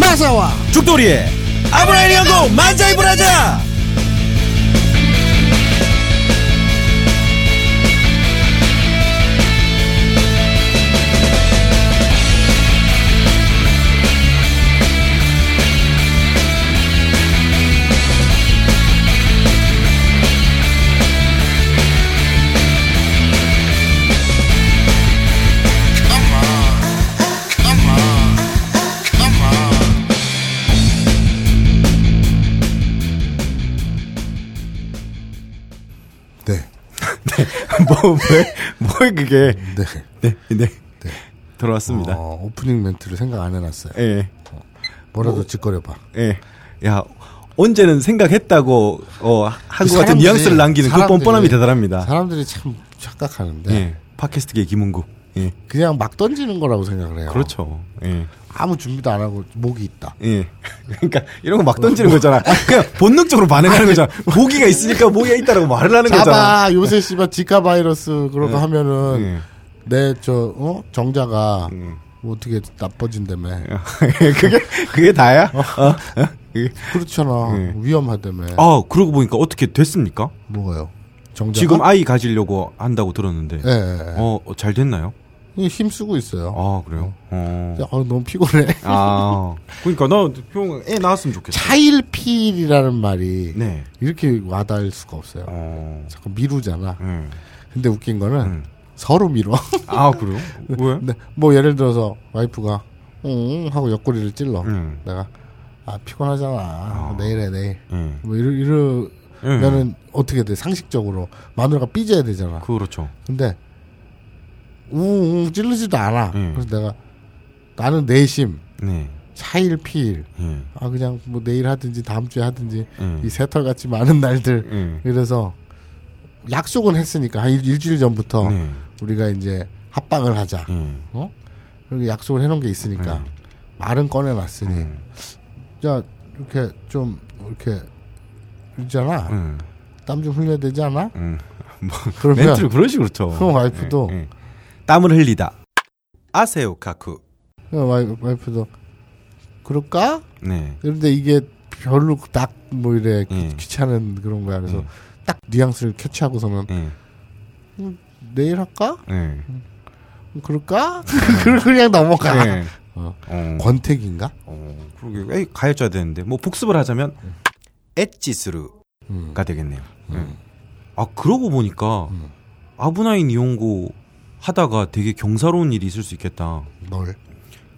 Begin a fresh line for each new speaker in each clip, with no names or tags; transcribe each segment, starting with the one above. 가사와
죽돌이의 아브라인 연고 만자이 브라자
네.
뭐, 왜, 뭐 그게.
네.
네, 네. 들어왔습니다.
어, 오프닝 멘트를 생각 안 해놨어요.
예,
뭐라도 짓거려봐.
예. 야, 언제는 생각했다고, 어, 한국 같은
그 사람들이-
뉘앙스를 남기는 그
사람들이-
뻔뻔함이 대단합니다.
사람들이 참 착각하는데
예. 팟캐스트계 김은구. 예.
그냥 막 던지는 거라고 생각을 해요.
그렇죠. 예.
아무 준비도 안 하고 목이 있다.
예. 그러니까 이런 거 막 던지는 거잖아. 그냥 본능적으로 반응하는 거잖아. 모기가 있으니까 모기가 있다라고 말을 하는 거잖아.
잡아 네. 요새 씨발 지카 바이러스 그러고 하면은
예.
내 저 어? 정자가 뭐 어떻게 나빠진다며
그게 그게 다야? 어? 어? 그게-
네. 그렇잖아
예.
위험하다며
아, 그러고 보니까 어떻게 됐습니까?
뭐가요? 정자가
지금 아이 가지려고 한다고 들었는데.
예, 예,
어, 어, 잘 됐나요?
예. 힘 쓰고 있어요.
아, 그래요? 어.
아, 너무 피곤해.
아. 그러니까 나형애 낳았으면 좋겠어.
차일피일이라는 말이
네.
이렇게 와닿을 수가 없어요.
어.
자꾸 미루잖아.
예.
근데 웃긴 거는
음.
서로 미뤄.
아, 그래요? 왜?
근데 뭐 예를 들어서 와이프가 응 하고 옆구리를 찔러.
음.
내가 아 피곤하잖아. 내일해 내일.
예.
뭐 이러 이러면은 어떻게 돼? 상식적으로 마누라가 삐져야 되잖아.
그렇죠.
근데 우웅 찔르지도 않아.
음.
그래서 내가 나는 내심
네.
차일피일
예.
아 그냥 뭐 내일 하든지 다음 주에 하든지
음.
이 새털같이 많은 날들
예.
이래서 약속은 했으니까 한 일, 일주일 전부터
네.
우리가 이제 합방을 하자.
예.
어? 그리고 약속을 해놓은 게 있으니까
음.
말은 꺼내놨으니
음.
야 이렇게 좀 이렇게 있잖아
음.
땀 좀 흘려야 되지 않아?
음. 뭐
그러면
멘트를 그런 식으로 쳐.
그럼 와이프도
예. 땀을 흘리다. 아세요, 카쿠.
야, 어, 와이, 와이프도 그럴까?
네.
그런데 이게 별로 딱 뭐 이래 귀-
음.
귀찮은 그런 거야 그래서
음.
딱 뉘앙스를 캐치하고서는
예.
내일 할까?
예.
그럴까? 그걸 그냥 넘어가
예.
어.
어.
권태기인가?
어, 그러게 에이, 가해줘야 되는데 뭐 복습을 하자면 엣지스루가
음.
되겠네요. 예. 아 그러고 보니까 아브나인 이용고 하다가 되게 경사로운 일이 있을 수 있겠다.
널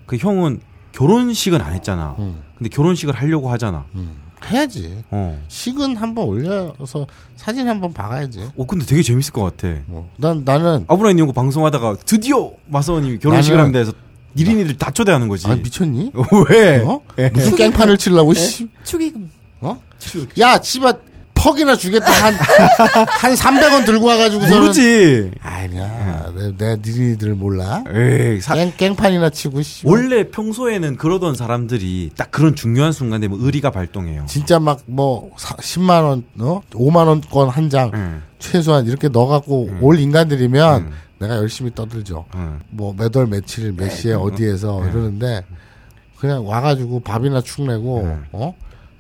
그 형은 결혼식은 안 했잖아.
음.
근데 결혼식을 하려고 하잖아.
음. 해야지
어.
식은 한번 올려서 사진 한번 박아야지.
어 근데 되게 재밌을 것 같아.
뭐. 난 나는
아브라인 연구 방송하다가 드디어 마서원님이 결혼식을
나는-
하는 데서 1인이를 다 초대하는 거지.
아 미쳤니?
왜?
어? 무슨 깽판을 치려고 씨.
예. 축의금.
어? 야, 씨발 퍽이나 주겠다 한한 300원 들고 와 가지고서는
모르지.
아니야. 내가 니들 몰라.
에이, 사-
깽, 깽판이나 치고 씨.
원래 평소에는 그러던 사람들이 딱 그런 중요한 순간에 뭐 의리가 발동해요.
진짜 막 뭐 10만 원, 어? 5만 원권 한 장
응,
최소한 이렇게 넣어 갖고 올 인간들이면
음.
내가 열심히 떠들죠.
응.
뭐 몇 월 며칠 몇 시에 어디에서 이러는데 그냥 와가지고 밥이나 축내고 어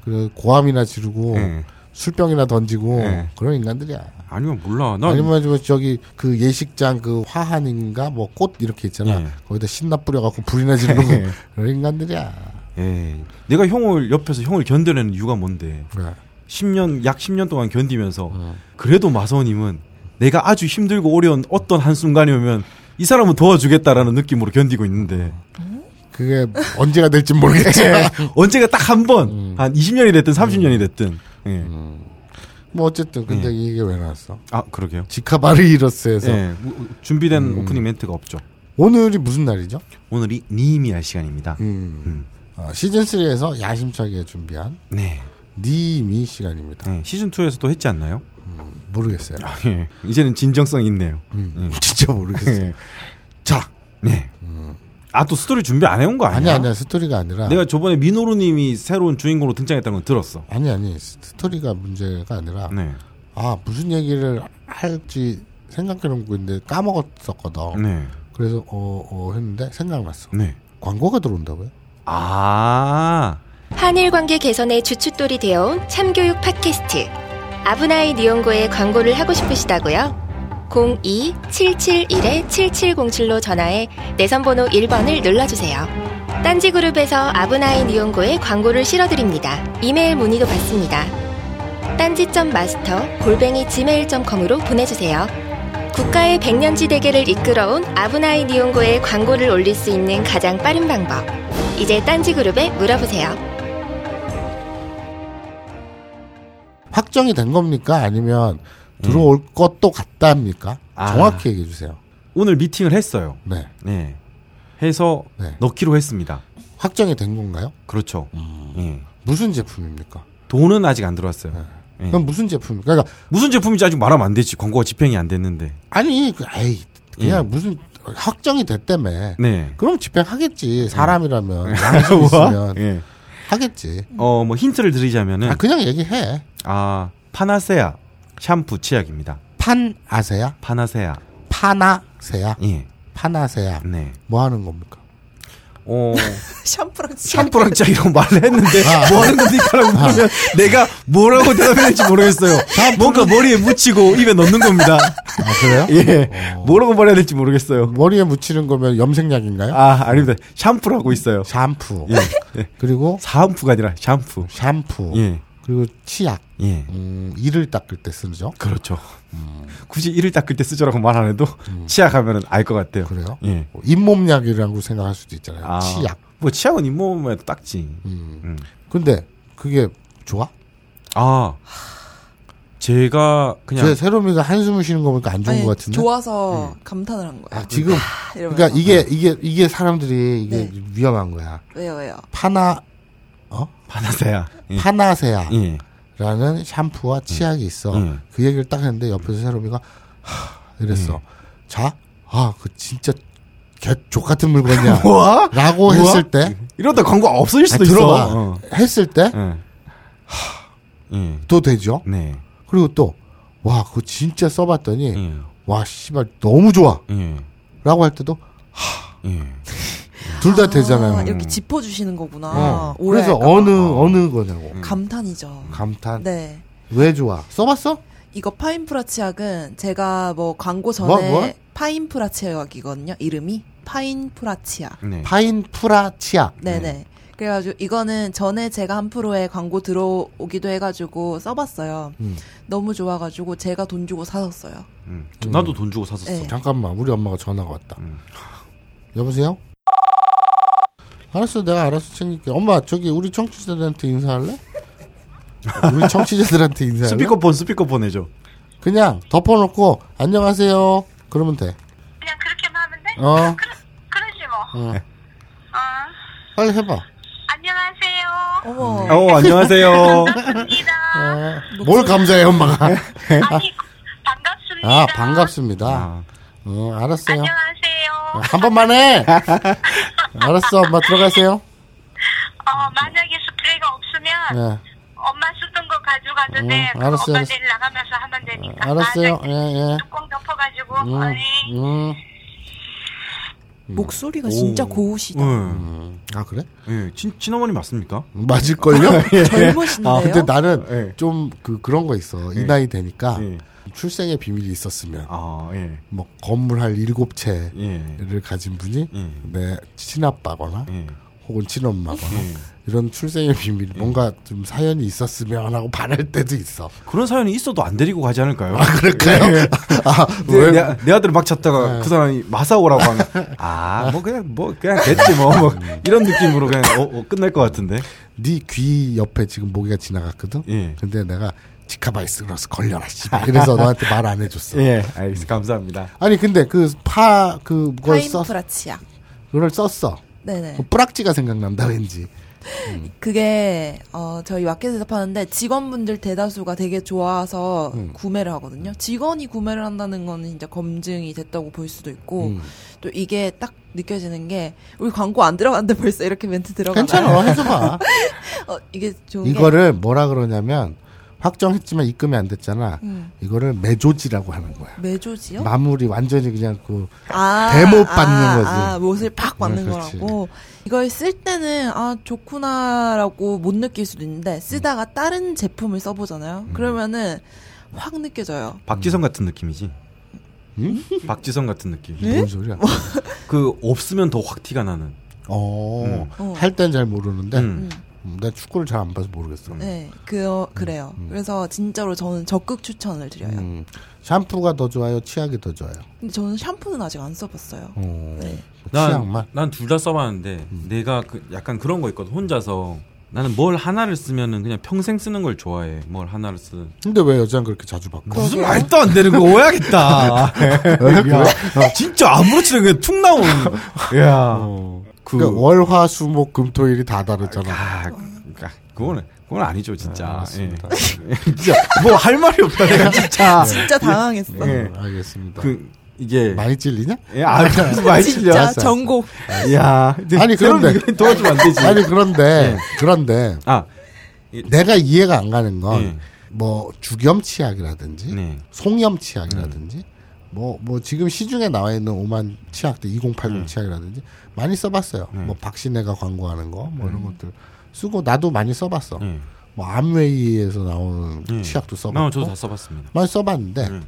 그리고 고함이나 지르고
예.
술병이나 던지고
예.
그런 인간들이야.
아니면 몰라. 나
아니면 뭐 저기 그 예식장 그 화환인가 뭐 꽃 이렇게 있잖아.
예.
거기다 신나 뿌려갖고 불이나 지르고 그런 인간들이야.
예. 내가 형을 옆에서 형을 견뎌내는 이유가 뭔데?
그래.
10년 약 10년 동안 견디면서
어.
그래도 마서님은 내가 아주 힘들고 어려운 어떤 한 순간이 오면 이 사람은 도와주겠다라는 느낌으로 견디고 있는데
그게 언제가 될지 모르겠지만
언제가 딱 한 번 한
음.
20년이 됐든 30년이 됐든 예.
뭐 어쨌든 근데
음.
이게 왜 나왔어?
아 그러게요.
지카바르이러스에서
예. 우- 우- 준비된
음.
오프닝 멘트가 없죠.
오늘이 무슨 날이죠? 어,
오늘이 니미할 시간입니다.
음. 시즌 3에서 야심차게 준비한
네.
니미 시간입니다.
네, 시즌 2에서도 했지 않나요?
모르겠어요.
예. 이제는 진정성이 있네요.
음. 진짜 모르겠어요.
예.
자,
네. 아 또 스토리 준비 안 해온 거 아니야?
음. 아니야, 아니야, 스토리가 아니라.
내가 저번에 민호루님이 새로운 주인공으로 등장했다는 건 들었어.
아니, 아니, 스토리가 문제가 아니라.
네.
아, 무슨 얘기를 할지 생각해놓고 있는데 까먹었었거든.
네.
그래서, 어, 어, 했는데 생각났어.
네.
광고가 들어온다고요?
아,
한일 관계 개선의 주춧돌이 되어온 참교육 팟캐스트 아브나이 니온고에 광고를 하고 싶으시다고요? 02-771-7707로 전화해 내선번호 1번을 눌러주세요. 딴지그룹에서 아브나이 니온고에 광고를 실어드립니다. 이메일 문의도 받습니다. 딴지점 마스터 골뱅이 gmail.com으로 보내주세요. 국가의 백년지 대계를 이끌어온 아브나이 니온고에 광고를 올릴 수 있는 가장 빠른 방법. 이제 딴지그룹에 물어보세요.
확정이 된 겁니까? 아니면 들어올 것도 같답니까?
음. 아.
정확히 얘기해 주세요.
오늘 미팅을 했어요.
네.
네. 해서
네.
넣기로 했습니다.
확정이 된 건가요?
그렇죠.
음.
예.
무슨 제품입니까?
돈은 아직 안 들어왔어요. 예.
네. 그럼 무슨 제품입니까? 그러니까
무슨 제품인지 아직 말하면 안 되지. 광고가 집행이 안 됐는데.
아니, 그, 에이, 그냥
예.
무슨 확정이 됐다며.
네.
그럼 집행하겠지. 사람이라면 양심 있으면
예.
하겠지.
어, 뭐 힌트를 드리자면은
뭐? 아, 그냥 얘기해.
아, 파나세아 샴푸 치약입니다.
판 아세야?
파나세아.
파나세야?
예.
파나세야.
네.
뭐 하는 겁니까?
어,
샴푸랑 치약.
샴푸랑 치약이라고 말을 했는데 뭐 하는 겁니까라고 물으면 내가 뭐라고 대답해야 될지 모르겠어요. 뭔가 머리에 묻히고 입에 넣는 겁니다.
아, 그래요?
예. 뭐라고 말해야 될지 모르겠어요.
머리에 묻히는 거면 염색약인가요?
아, 아닙니다. 샴푸라고 있어요.
샴푸.
예. 예.
그리고
사은푸가 아니라 샴푸.
샴푸.
예.
그리고 치약.
예.
음, 이를 닦을 때 쓰죠.
그렇죠. 음. 굳이 이를 닦을 때 쓰죠라고 말 안 해도 치약하면은 알 것 같아요.
그래요?
예.
뭐 잇몸약이라고 생각할 수도 있잖아요. 치약.
뭐 치약은 잇몸에 닦지. 음.
근데 그게 좋아?
아. 제가 그냥
제 세롬이가 한숨을 쉬는 거 보니까 안 좋은
아니,
것 같은데.
좋아서 감탄을 한 거야.
아, 지금
이러면서. 네.
그러니까 이게 이게 이게 사람들이 이게 위험한 거야.
왜요, 왜요?
파나
파나세아. 예.
파나세아.
예.
라는 샴푸와 치약이 있어.
음.
그 얘기를 딱 했는데 옆에서 새롬이가 하 이랬어. 자, 아 그 진짜 개족 같은 물건이야.
뭐야?
라고
우와?
했을 때
이러다 광고 없어질
아,
수도
들어봐.
있어. 어.
했을 때 또
예. 예.
되죠.
네.
그리고 또 와 그거 진짜 써봤더니
예.
와 씨발 너무 좋아라고
예.
할 때도
예.
둘 다
아,
되잖아요. 음.
이렇게 짚어주시는 거구나.
어.
오해할까
그래서
봐.
어느 어느 거냐고
감탄이죠.
감탄.
네. 음.
왜 좋아? 써봤어?
이거 파인프라 치약은 제가 뭐 광고 전에
뭐, 뭐?
파인프라 치약이거든요. 이름이 파인프라 치약.
네.
파인프라 치약.
네네.
음.
그래가지고 이거는 전에 제가 한 프로에 광고 들어오기도 해가지고 써봤어요.
음.
너무 좋아가지고 제가 돈 주고 사셨어요.
음. 저- 나도 돈 주고 샀었어.
네.
잠깐만 우리 엄마가 전화가 왔다.
음.
여보세요? 알았어 내가 알아서 챙길게. 엄마 저기 우리 청취자들한테 인사할래? 우리 청취자들한테 인사할래?
스피커폰 스피커폰 해줘.
그냥 덮어놓고 안녕하세요. 그러면 돼.
그냥 그렇게만 하면 돼? 아,
어.
그러, 그러지 뭐.
어.
어,
빨리 해봐.
안녕하세요.
어머.
어, 안녕하세요.
반갑습니다.
어. 뭘 감사해 엄마가?
아니, 반갑습니다.
아 반갑습니다.
아.
어 알았어요. 어,
안녕하세요.
한 번만 해. 알았어 엄마 들어가세요. 아.
어, 만약에 스프레이가 없으면
예.
엄마 쓰던 거 가져가도
음,
돼. 그럼
알았어요,
엄마
알았어요.
내일 나가면서 하면 되니까.
알았어요.
네.
아,
예 예.
저 뚜껑 덮어가지고.
음,
아니,
음.
목소리가 진짜 고우시다.
예.
네.
아 그래?
예. 친 친어머니 맞습니까?
맞을걸요?
젊으신데요?
아, 근데 나는
예.
좀 그 그런 거 있어. 이 나이 되니까
예.
출생의 비밀이 있었으면
아, 예.
뭐 건물 한 일곱 채를
예.
가진 분이
예.
내 친아빠거나
예.
혹은 친엄마거나 이런 출생의 비밀 뭔가 좀 사연이 있었으면 하고 바랄 때도 있어.
그런 사연이 있어도 안 데리고 가지 않을까요? 네.
그럴까요? 아,
내,
왜?
내, 내 아들을 막 찾다가 그 사람이 마사오라고 하면 아, 뭐 그냥 뭐 그냥 됐지 뭐, 뭐 이런 느낌으로 그냥 어, 어, 끝날 것 같은데.
네 귀 옆에 지금 모기가 지나갔거든.
예.
근데 내가 지카바이스로서 걸려라 씨발. 이래서 너한테 말 안 해줬어.
예, 알겠습니다. 감사합니다.
아니 근데 그 파 그걸 썼
파인프라 치약.
그걸 썼어.
네네.
그 뿌락지가 생각난다 왠지.
그게 어 저희 마켓에서 파는데 직원분들 대다수가 되게 좋아서
음.
구매를 하거든요. 직원이 구매를 한다는 거는 진짜 검증이 됐다고 볼 수도 있고
음.
또 이게 딱 느껴지는 게 우리 광고 안 들어갔는데 벌써 이렇게 멘트 들어가나?
괜찮아 해줘봐.
어, 이게 좋은 게
이거를 뭐라 그러냐면 확정했지만 입금이 안 됐잖아.
음.
이거를 매조지라고 하는 거야.
매조지요?
마무리 완전히 그냥 그
아,
데모 받는
아,
거지.
아, 못을 팍 받는
네, 그렇지.
거라고. 이걸 쓸 때는 아 좋구나라고 못 느낄 수도 있는데 쓰다가
음.
다른 제품을 써보잖아요. 그러면은 확 느껴져요.
박지성 같은 느낌이지.
음?
박지성 같은 느낌.
네?
뭔 소리야?
뭐?
그 없으면 더 확 티가 나는.
어,
음.
어.
할 땐 잘 모르는데
음.
음, 나 축구를 잘 안 봐서 모르겠어.
네, 그 어, 그래요. 그래서 진짜로 저는 적극 추천을 드려요.
음, 샴푸가 더 좋아요, 치약이 더 좋아요.
근데 저는 샴푸는 아직 안 써봤어요.
어,
네.
치약만.
난둘 다 써봤는데 내가 그 약간 그런 거 있거든. 혼자서 나는 뭘 하나를 쓰면은 그냥 평생 쓰는 걸 좋아해. 뭘 하나를 쓰는.
근데 왜 여자는 그렇게 자주 바꿔?
무슨 말도 안 되는 거 오해하겠다. 야, 진짜 아무렇지도 않게 툭 나오는. 야. 그,
그러니까 월화수목금토일이 다 다르잖아.
아, 그러니까 그거는 그건 아니죠, 진짜.
맞습니다.
예. 진짜 뭐 할 말이 없다 내가 진짜.
진짜
네.
당황했어.
예.
음, 알겠습니다. 네.
그 이게
많이 찔리냐?
예, 아, 무슨 많이 찔려.
진짜 전곡.
야,
아니, 그런데.
그럼 도와주면 안 되지.
아니 그런데 그런데
아,
내가 이해가 안 가는
예.
건 뭐 주겸치약이라든지
네.
송염치약이라든지 뭐 뭐 지금 시중에 나와 있는 오만 치약들 2080 치약이라든지 많이 써봤어요. 뭐 박신혜가 광고하는 거 뭐 이런 것들 쓰고 나도 많이 써봤어.
예.
뭐 암웨이에서 네. 나오는
예.
치약도
나
써봤고
저도 다 써봤습니다.
많이 써봤는데
음.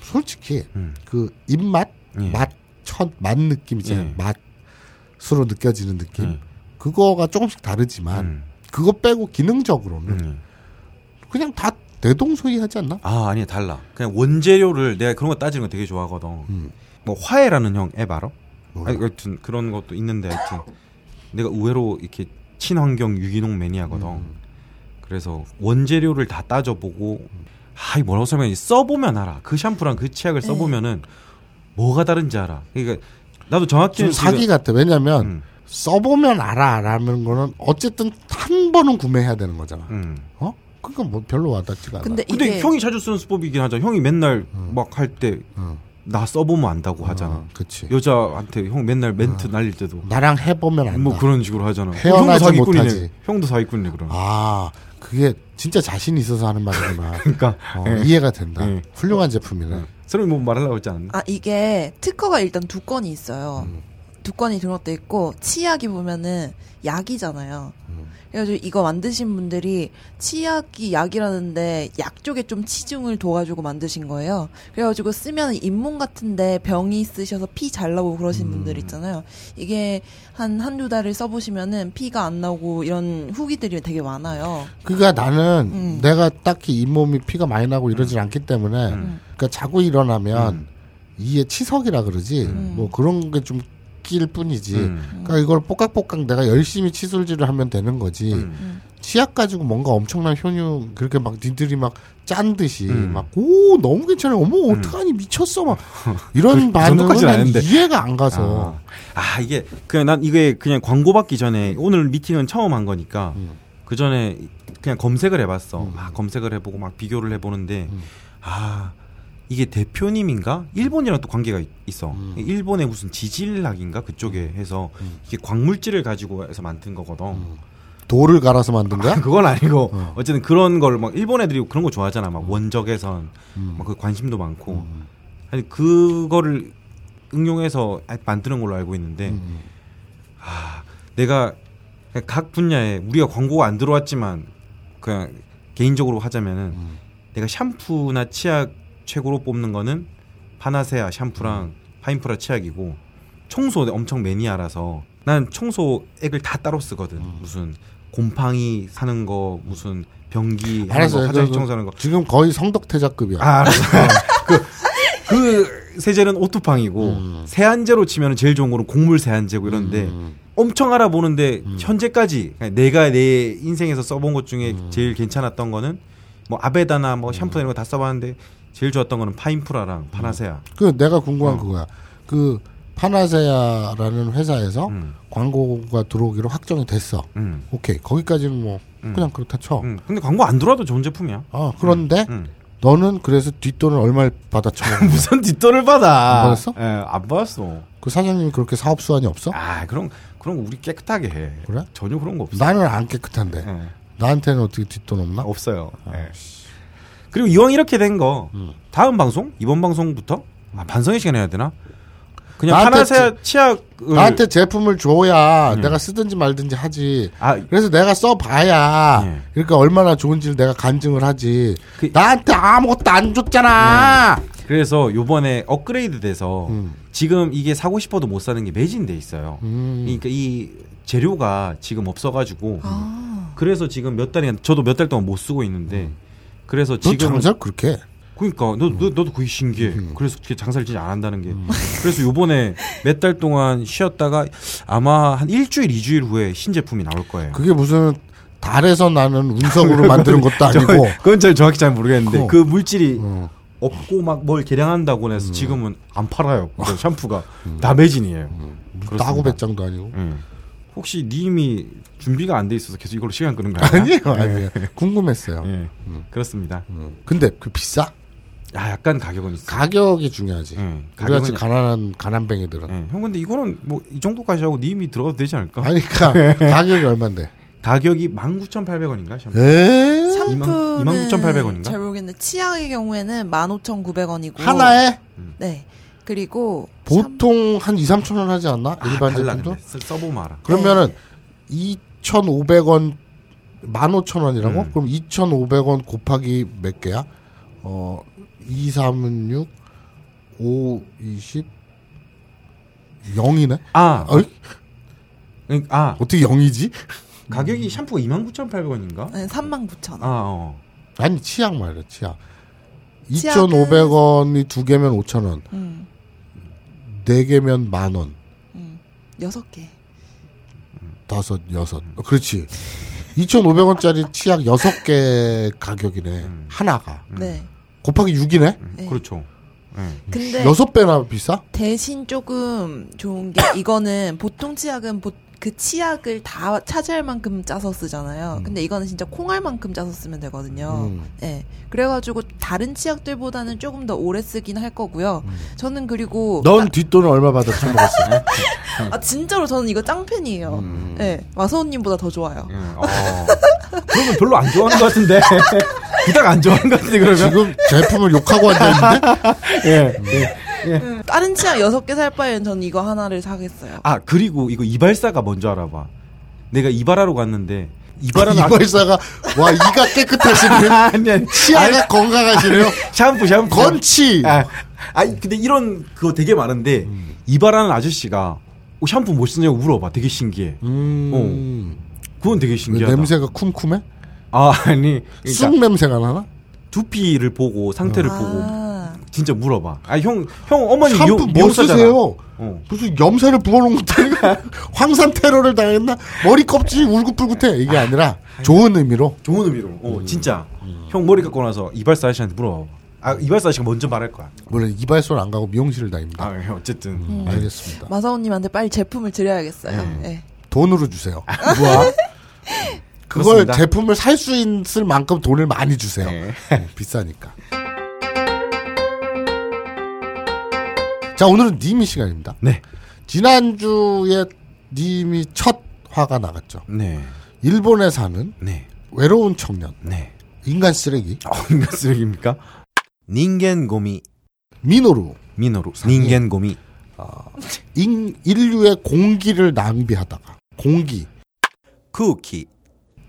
솔직히
음.
그 입맛
예.
맛첫맛 느낌 있잖아요.
예.
맛으로 느껴지는 느낌
예.
그거가 조금씩 다르지만
음.
그거 빼고 기능적으로는
음.
그냥 다 대동소이하지 않나?
아, 아니 달라. 그냥 원재료를 내가 그런 거 따지는 거 되게 좋아하거든.
음.
뭐 화해라는 형 앱 알아?
몰라.
아니, 하여튼 그런 것도 있는데 하여튼 내가 의외로 이렇게 친환경 유기농 매니아거든.
음.
그래서 원재료를 다 따져보고 아, 이 뭐라고 설명해? 써보면 알아. 그 샴푸랑 그 치약을
네.
써보면은 뭐가 다른지 알아. 그러니까 나도 정확히
좀 사기 같아. 왜냐면
음.
써보면 알아라는 거는 어쨌든 한 번은 구매해야 되는 거잖아.
음.
어? 그러니까 뭐 별로 와닿지가 않아.
근데
근데
이게
형이 자주 쓰는 수법이긴 하죠. 형이 맨날
음.
막 할 때 나
응.
써보면 안다고 하잖아.
어, 그치.
여자한테 형 맨날 멘트 날릴 때도
나랑 해보면 안다.
뭐 그런 식으로 하잖아. 어, 형도
아. 음. 헤어나지
사기꾼이네.
못하지.
형도 사기꾼이네 그럼.
아 그게 진짜 자신 있어서 하는 말이구나.
그러니까
어,
예.
이해가 된다.
예.
훌륭한 제품이네.
서로 뭐 말하려고 했지 않나?
아 이게 특허가 일단 두 건이 있어요. 두 건이 등록돼 있고 치약이 보면은 약이잖아요. 그래가지고 이거 만드신 분들이 치약이 약이라는데 약 쪽에 좀 치중을 둬가지고 만드신 거예요. 그래가지고 쓰면 잇몸 같은데 병이 쓰셔서 피 잘 나오고 그러신 분들 있잖아요. 이게 한 한두 달을 써보시면은 피가 안 나오고 이런 후기들이 되게 많아요.
그러니까 나는
음.
내가 딱히 잇몸이 피가 많이 나고 이러진
음.
않기 때문에 그러니까 자고 일어나면 이게 치석이라 그러지 뭐 그런 게 좀 낄 뿐이지
음.
그러니까 이걸 뽀깍뽀깍 내가 열심히 치솔질을 하면 되는 거지
음.
치약 가지고 뭔가 엄청난 효능 그렇게 막 니들이 막 짠 듯이
음.
막 오 너무 괜찮아 어머 어떡하니 미쳤어 막
그 정도까지는
이런 반응은 난
아닌데.
이해가 안 가서
아, 아, 이게 그냥 난 이게 그냥 광고 받기 전에 오늘 미팅은 처음 한 거니까
음.
그 전에 그냥 검색을 해봤어.
음.
막 검색을 해보고 막 비교를 해보는데
음.
아 이게 대표님인가 일본이랑 또 관계가 있- 있어.
음.
일본의 무슨 지질학인가 그쪽에 해서
음.
이게 광물질을 가지고 해서 만든 거거든.
돌을 갈아서 만든 거야
그건 아니고
어.
어. 쨌든 그런 걸 막 일본 애들이 그런 거 좋아하잖아 막 원적에선
음.
막 그 관심도 많고
음.
아니 그거를 응용해서 아, 만드는 걸로 알고 있는데
음.
아 내가 그냥 그러니까 각 분야에 우리가 광고가 안 들어왔지만 그냥 개인적으로 하자면은
음.
내가 샴푸나 치약 최고로 뽑는 거는 파나세아 샴푸랑 파인프라 치약이고 청소 엄청 매니아라서 난 청소액을 다 따로 쓰거든
음.
무슨 곰팡이 사는 거 무슨 변기 하는 거
알았어요
화장실
그-
청소하는 거
지금 거의 성덕태자급이야
아, 알았어. 그, 그 세제는 오뚜팡이고
음.
세안제로 치면 제일 좋은 거는 곡물 세안제고 이런데
음.
엄청 알아보는데 현재까지 내가 내 인생에서 써본 것 중에 제일 괜찮았던 거는 뭐 아베다나 뭐 샴푸 이런 거 다 써봤는데 제일 좋았던 거는 파인프라랑 파나세아.
그 내가
어.
궁금한 그거야. 그 파나세아라는 회사에서
음.
광고가 들어오기로 확정이 됐어.
음.
오케이 거기까지는 뭐 그냥 그렇다 쳐.
음. 근데 광고 안 들어와도 좋은 제품이야.
아 그런데
음.
너는 그래서 뒷돈을 얼마 받아 쳐먹는 거야?
무슨 뒷돈을 받아?
안 받았어?
예, 안 받았어.
그 사장님이 그렇게 사업 수완이 없어?
아, 그런 그런 거 우리 깨끗하게 해.
그래?
전혀 그런 거 없어.
나는 안 깨끗한데
예.
나한테는 어떻게 뒷돈 없나?
없어요.
아,
예. 그리고 이왕 이렇게 된 거 다음 방송 이번 방송부터 아, 반성의 시간 해야 되나? 그냥
나한테
파나세아 치약을 음.
나한테 제품을 줘야 내가 쓰든지 말든지 하지.
아
그래서 내가 써봐야
예.
그러니까 얼마나 좋은지를 내가 간증을 하지.
그-
나한테 아무것도 안 줬잖아.
그래서 요번에 업그레이드 돼서
음.
지금 이게 사고 싶어도 못 사는 게 매진돼 있어요.
음.
그러니까 이 재료가 지금 없어가지고
아,
그래서 지금 몇 달이 저도 몇 달 동안 못 쓰고 있는데 그래서
너
지금
장사를 음. 그렇게 해.
그러니까
음.
너, 너 너도 그게 신기해. 그래서 그게 장사를 진짜 안 한다는 게. 그래서 요번에 몇 달 동안 쉬었다가 아마 한 일주일, 이주일 후에 신제품이 나올 거예요.
그게 무슨 달에서 나는 운석으로 만드는 것도 아니고 뭐
그건 잘 정확히 잘 모르겠는데
어.
그 물질이
어. 음.
없고 막 뭘 개량한다고 해서 지금은 안 팔아요. 그 샴푸가 다 매진이에요.
음.
그렇습니다.
따고 배짱도 아니고.
음. 혹시 님이 준비가 안 돼 있어서 계속 이걸로 시간 끄는 거야?
아니에요, 음. 아니에요. 궁금했어요.
예. 그렇습니다.
근데 그 비싸?
아, 약간 가격은 있어.
가격이 중요하지.
음,
우리 같이
가격은-
가난한 가난뱅이들은.
예. 형 근데 이거는 뭐 이 정도까지 하고 님이 들어도 되지 않을까?
아니,
예.
그러니까 가격이 얼마인데?
가격이 19,800원인가? 샴푸.
에?
샴푸는
29,800원인가?
잘 모르겠는데 치약의 경우에는 15,900원이고
하나에
네. 그리고 샴-
보통 한 2, 3천 원 하지 않나?
아,
일반
달라
제품도?
근데. 써- 써보면 알아.
그러면은 2,500원 15,000원이라고?
음.
그럼 2,500원 곱하기 몇 개야? 어, 2, 3은 6 5, 20 0이네?
아,
어이?
응, 아
어떻게 0이지?
가격이 샴푸가 29,800원인가?
네, 39,000원.
아, 어.
아니 치약 말이야 치약
치약은-
2,500원이 두 개면 5,000원
음.
네 개면 만원
음. 여섯 개.
다섯 여섯 어, 그렇지 2,500원짜리 치약 여섯 개 가격이네
음.
하나가
네.
곱하기 6이네
네.
그렇죠. 예.
근데
여섯 배나 비싸?
대신 조금 좋은 게 이거는 보통 치약은 보- 그 치약을 다 차지할 만큼 짜서 쓰잖아요. 근데 이거는 진짜 콩알만큼 짜서 쓰면 되거든요.
음.
예. 그래가지고 다른 치약들보다는 조금 더 오래 쓰긴 할 거고요. 저는 그리고
넌 뒷돈을 얼마 받아 처먹었어?
아 진짜로 저는 이거 짱팬이에요. 예. 마서우님보다 더 좋아요.
예, 어. 그러면 별로 안 좋아하는 것 같은데. 부탁 안 좋아하는 것 같은데 그러면.
지금 제품을 욕하고 앉아있는데?
예. 예.
다른 치약 여섯 개 살 바에는 저는 이거 하나를 사겠어요.
아, 그리고 이거 이발사가 먼저 알아봐. 내가 이발하러 갔는데 이발하는
이발사가 와 이가 깨끗하시네요
아, 아니, 아니.
치아가
아니,
건강하시네요
샴푸 샴푸.
건치
아, 아니 근데 이런 그거 되게 많은데 이발하는 아저씨가 어, 샴푸 못 쓰냐고 물어봐. 되게 신기해.
음.
그건 되게
왜
신기하다.
냄새가 쿰쿰해?
아 아니
쑥
그러니까
냄새가 나나?
두피를 보고 상태를 보고
아,
진짜 물어봐. 아형형 어머니
샴푸
미-
뭐
미용사잖아.
쓰세요?
어.
무슨 염세를 부어놓은 것 같아. 황산 테러를 당했나? 머리 껍질 울긋불긋해. 이게 아니라 좋은 의미로.
좋은 의미로. 어 진짜 형 머리 깎고 나서 이발사 아저씨한테 물어봐. 아 이발사 아저씨가 먼저 말할 거야.
물론 이발소를 안 가고 미용실을 다닙니다.
아 예, 어쨌든
음. 알겠습니다.
마사오님한테 빨리 제품을 드려야겠어요.
음.
예.
돈으로 주세요.
아.
뭐야? 그걸
그렇습니다.
제품을 살 수 있을 만큼 돈을 많이 주세요.
네.
네, 비싸니까. 자 오늘은 님이 시간입니다.
네.
지난주에 님이 첫 화가 나갔죠.
네.
일본에 사는
네.
외로운 청년,
네.
인간 쓰레기
어, 이거 쓰레기입니까? 닌겐 고미
미노루
미노루. 닌겐 고미.
인, 인류의 공기를 낭비하다가 공기
쿠키.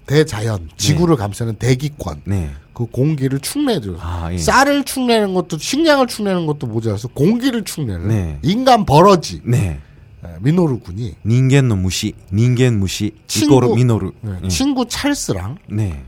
대자연 지구를 감싸는 대기권
네.
그 공기를 축내죠
아 예.
쌀을 축내는 것도 식량을 축내는 것도 모자라서 공기를 축내는
네.
인간 버러지
네.
예, 미노루 군이
닌겐 노 무시. 닌겐 무시.
친구.
이거로 미노루.
예,
예.
친구 찰스랑
네.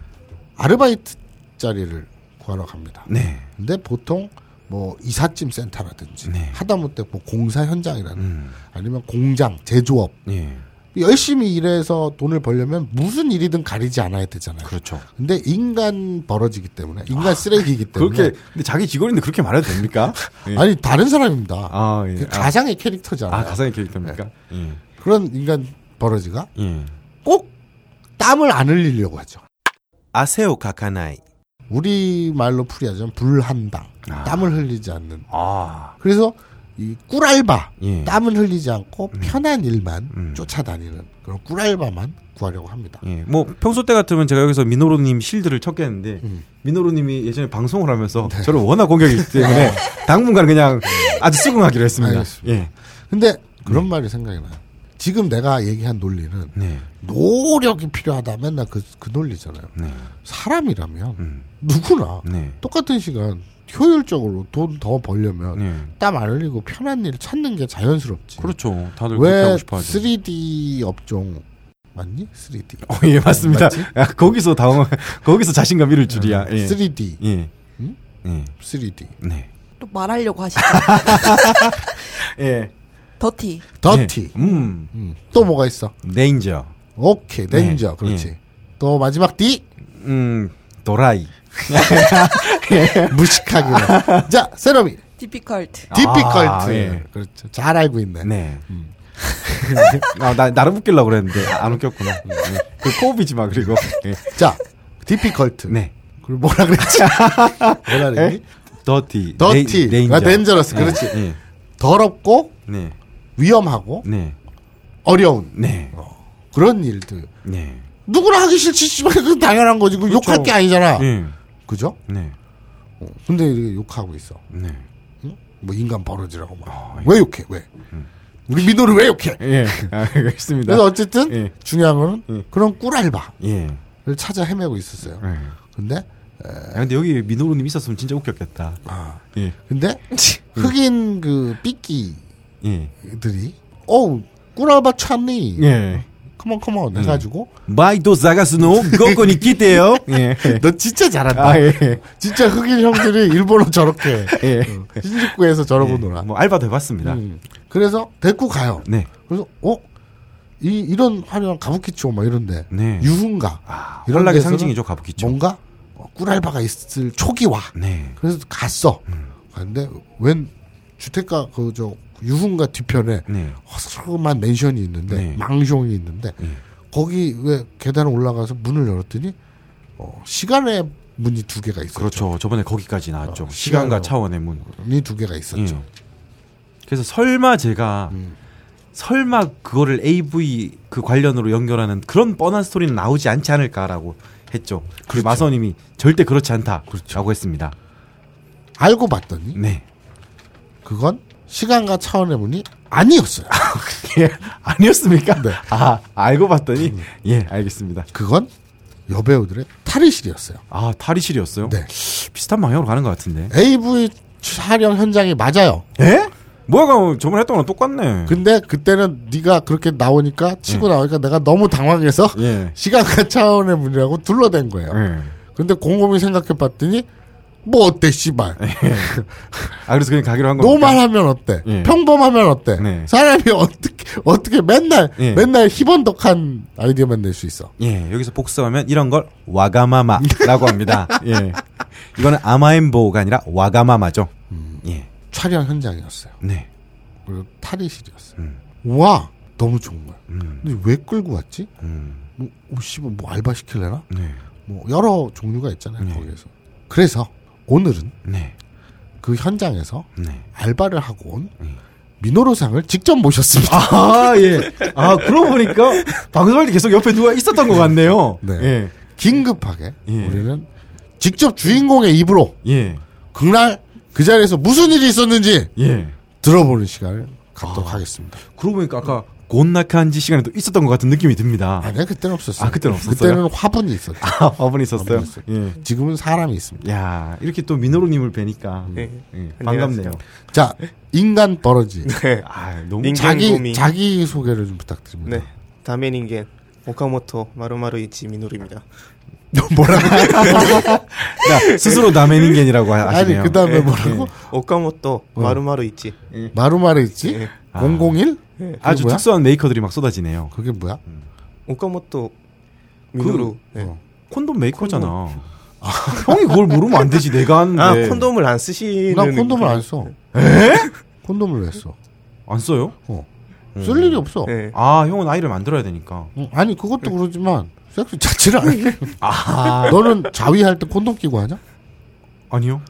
아르바이트 자리를 구하러 갑니다.
네.
근데 보통 뭐 이삿짐 센터라든지
네.
하다못해 뭐 공사 현장이라든지
음.
아니면 공장 제조업
예.
열심히 일해서 돈을 벌려면 무슨 일이든 가리지 않아야 되잖아요.
그렇죠. 아,
근데 인간 벌어지기 때문에 인간 쓰레기이기 때문에
그렇게 근데 자기 직원인데 그렇게 말해도 됩니까? 예.
아니 다른 사람입니다.
아, 예.
그
아,
가상의
아,
캐릭터잖아요.
가상의 캐릭터입니까? 예.
그런 인간 버러지가
예.
꼭 땀을 안 흘리려고 하죠.
아세오 카카나이.
우리 말로 풀이하자면 불한당
아.
땀을 흘리지 않는.
아.
그래서 이 꿀알바
예.
땀을 흘리지 않고 편한 일만
음.
쫓아다니는 그런 꿀알바만 구하려고 합니다.
예, 뭐 평소 때 같으면 제가 여기서 민호로님 실드를 쳤겠는데 민호로님이 예전에 방송을 하면서 저를 워낙 공격이기 때문에 당분간 그냥 아주 수긍하기로 했습니다.
알겠습니다.
예,
근데 그런 말이 생각이 나요. 지금 내가 얘기한 논리는
네,
노력이 필요하다 맨날 그, 그 논리잖아요.
네,
사람이라면
음,
누구나
네,
똑같은 시간 효율적으로 돈 더 벌려면
네.
땀 안 흘리고 편한 일 찾는 게 자연스럽지.
그렇죠. 다들 그렇게
왜
하고 싶어하죠.
3D 업종 맞니? 3D.
어, 예, 맞습니다. 야, 거기서 당황, 거기서 자신감 잃을 줄이야. 예,
3D.
예,
음?
예,
3D.
네,
또 말하려고 하시죠.
예,
더티.
더티.
예. 음,
음. 또 뭐가 있어?
네인저,
오케이.
네.
레인저. 그렇지. 또 마지막 D.
음, 도라이,
무식하게. 자, 세럼이.
디피컬트.
디피컬트.
예.
그렇죠. 잘 알고 있네.
네.
음.
아, 나, 나름 웃기려고 그랬는데, 아, 안 웃겼구나. 예. 그 코업이지 마, 그리고. 예.
자, 디피컬트.
네.
그리고 뭐라 그랬지? 뭐라 그랬니?
더티.
더티. 아, 덴저러스. 그렇지.
네.
더럽고
네.
위험하고
네.
어려운
네.
그런 일들.
네.
누구나 하기 싫지, 씨발. 그건 당연한 거지. 그 욕할 게 아니잖아.
예.
그죠?
네.
어, 근데 이렇게 욕하고 있어.
네.
응? 뭐 인간 버러지라고 막. 왜 욕해? 왜? 우리 민호를 왜 욕해?
아, 음. 예. 알겠습니다.
그래서 어쨌든
예.
중요한 거는
예.
그런 꿀알바를
예. 예.
찾아 헤매고 있었어요. 근데
아, 근데 여기 민호루님 있었으면 진짜 웃겼겠다.
아
예.
근데 흑인 그 삐끼들이
예.
어우 꿀알바 찾니?
예.
컴온 컴온 해가지고
마이도 사가스노 고고니 기대요. 예.
너 진짜 잘한다.
아, 예.
진짜 흑인 형들이 일본어 저렇게
예.
어, 신주쿠에서 저러고 놀아.
뭐 알바도 해봤습니다.
음. 그래서 데리고 가요.
네.
그래서 어? 이 이런 화려한 가부키초 막 이런데
네.
유흥가
아,
이런
이런 락의
데서는
상징이죠, 가부키죠.
뭔가 어, 꿀알바가 있을 초기와
네. 음.
그래서 갔어. 갔는데 웬 주택가 그 저 유흥가 뒤편에
네.
허스름한 맨션이 있는데
네.
망숑이 있는데 거기 왜 계단 올라가서 문을 열었더니 어, 시간의 문이 두 개가 있었죠.
그렇죠. 저번에 거기까지 나왔죠. 뭐
어,
시간과
시간으로.
차원의 문.
문이 두 개가 있었죠.
예. 그래서 설마 제가 설마 그거를 AV 그 관련으로 연결하는 그런 뻔한 스토리는 나오지 않지 않을까라고 했죠. 그렇죠. 그리고 마선님이 절대 그렇죠. 그렇지 않다라고 했습니다.
알고 봤더니
네.
그건 시간과 차원의 문이 아니었어요.
예, 아니었습니까?
네.
아 알고 봤더니 예 알겠습니다.
그건 여배우들의 탈의실이었어요.
아 탈의실이었어요?
네.
비슷한 방향으로 가는 것 같은데.
AV 촬영 현장이 맞아요.
예? 뭐야 그럼 저번에 했던 거랑 똑같네.
근데 그때는 네가 그렇게 나오니까 치고 나오니까 내가 너무 당황해서
네. 예.
시간과 차원의 문이라고 둘러댄 거예요.
예.
근데 곰곰이 생각해봤더니 뭐 어때 씨발
아 그래서 예, 그냥 가기로 한 겁니다.
노말하면 어때
예.
평범하면 어때
네.
사람이 어떻게 어떻게 맨날
예.
맨날 희번덕한 아이디어만 낼 수 있어
예, 여기서 복수하면 이런 걸 와가마마라고 합니다. 예. 이거는 아마엠보가 아니라 와가마마죠. 예.
촬영 현장이었어요
네.
그리고 탈의실이었어요
음.
와 너무 좋은 거야
음.
근데 왜 끌고 왔지
음.
뭐, 오, 씨발 뭐 알바 시킬래나
네.
뭐 여러 종류가 있잖아요
네.
거기에서 그래서 오늘은
네.
그 현장에서
네.
알바를 하고 온
예.
미노로상을 직접 모셨습니다
아, 예. 아, 그러고 보니까 방송할 때 계속 옆에 누가 있었던 것 같네요.
네.
예.
긴급하게
예.
우리는 직접 주인공의 입으로
예.
그날 그 자리에서 무슨 일이 있었는지
예. 아.
들어보는 시간을 갖도록 하겠습니다.
그러고 보니까 아까 곤나칸지 시간에도 있었던 것 같은 느낌이 듭니다.
아, 니 그때는 없었어요.
아, 그때는 없었어요?
그때는 화분이 있었죠.
아, 화분이 있었어요.
화분이 있어요.
예.
지금은 사람이 있습니다.
야, 이렇게 또 민호로님을 뵈니까
네.
예, 반갑네요.
안녕하세요.
자, 인간 버러지.
네.
아, 너무
민-
자기
인간 고민.
자기 소개를 좀 부탁드립니다.
네. 다메닝겐 오카모토 마루마루 이치 미노루입니다.
야, 스스로 남의인겐이라고
아니
하시네요.
그
예.
다음에 뭐라고
오카모토
어.
마루마루 이치.
마루마루 있지?
예.
아.
001? 그게
아주
뭐야?
특수한 메이커들이 막 쏟아지네요.
그게 뭐야?
오카모토 미노루.
그,
네.
어.
콘돔 메이커잖아. 형이 그걸 모르면 안 되지. 내가 하는데.
아 콘돔을 안 쓰시는. 예?
나 네. 콘돔을 안 써. 에? 콘돔을 왜 써?
안 써요?
어. 쓸 일이 없어.
네.
아 형은 아이를 만들어야 되니까.
응, 아니 그것도 그러지만 섹스 자체를 안 해.
아
너는 자위할 때 콘돔 끼고 하냐?
아니요.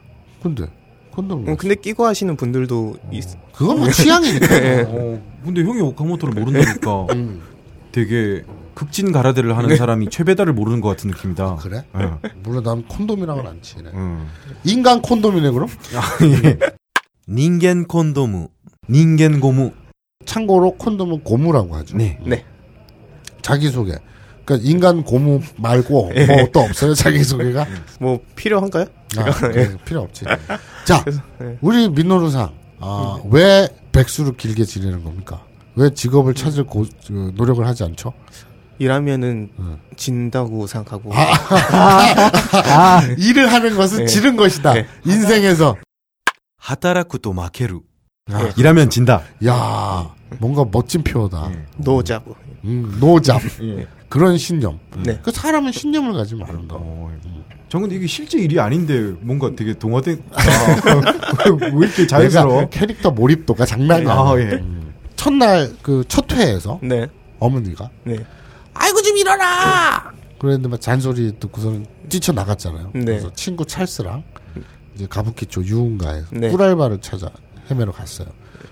근데 콘돔.
음, 근데 끼고 하시는 분들도 있-
그건 뭐 취향이니까.
예.
어, 근데 형이 오카모토를 모른다니까
음.
되게 극진 가라데를 하는 사람이 최배다를 모르는 것 같은 느낌이다.
그래?
예.
물론 난 콘돔이랑은 안 친해.
음.
인간 콘돔이네 그럼?
예, 닌겐 콘도무, 닌겐 고무.
참고로 콘돔은 고무라고 하죠.
네.
자기 소개. 그러니까 인간 고무 말고 뭐 또 없어요 자기 소개가.
뭐 필요한가요?
아, 그 필요 없지. 자,
그래서, 예.
우리 민노루상 아, 왜 백수로 길게 지내는 겁니까? 왜 직업을 찾을 고, 저, 노력을 하지 않죠?
일하면은
음.
진다고 생각하고
아. 일을 하는 것은 지른 것이다.
네.
인생에서.
하타라쿠토 마케루.
아,
일하면 진다.
야, 뭔가 멋진 표어다.
노자고.
음, 노잡.
예.
그런 신념.
네.
그 사람은 신념을 가지면 아름다워.
어, 전 근데 이게 실제 일이 아닌데 뭔가 되게 동화된. 아, 왜 이렇게
내가
자연스러워?
캐릭터 몰입도가 장난이 아니야.
아 예.
첫날 그 첫 회에서
네.
어머니가
네.
아이고 좀 일어나. 그랬는데 막 잔소리 듣고서는 뛰쳐 나갔잖아요.
네.
그래서 친구 찰스랑 이제 가부키초 유흥가에서
네.
꿀알바를 찾아 헤매러 갔어요.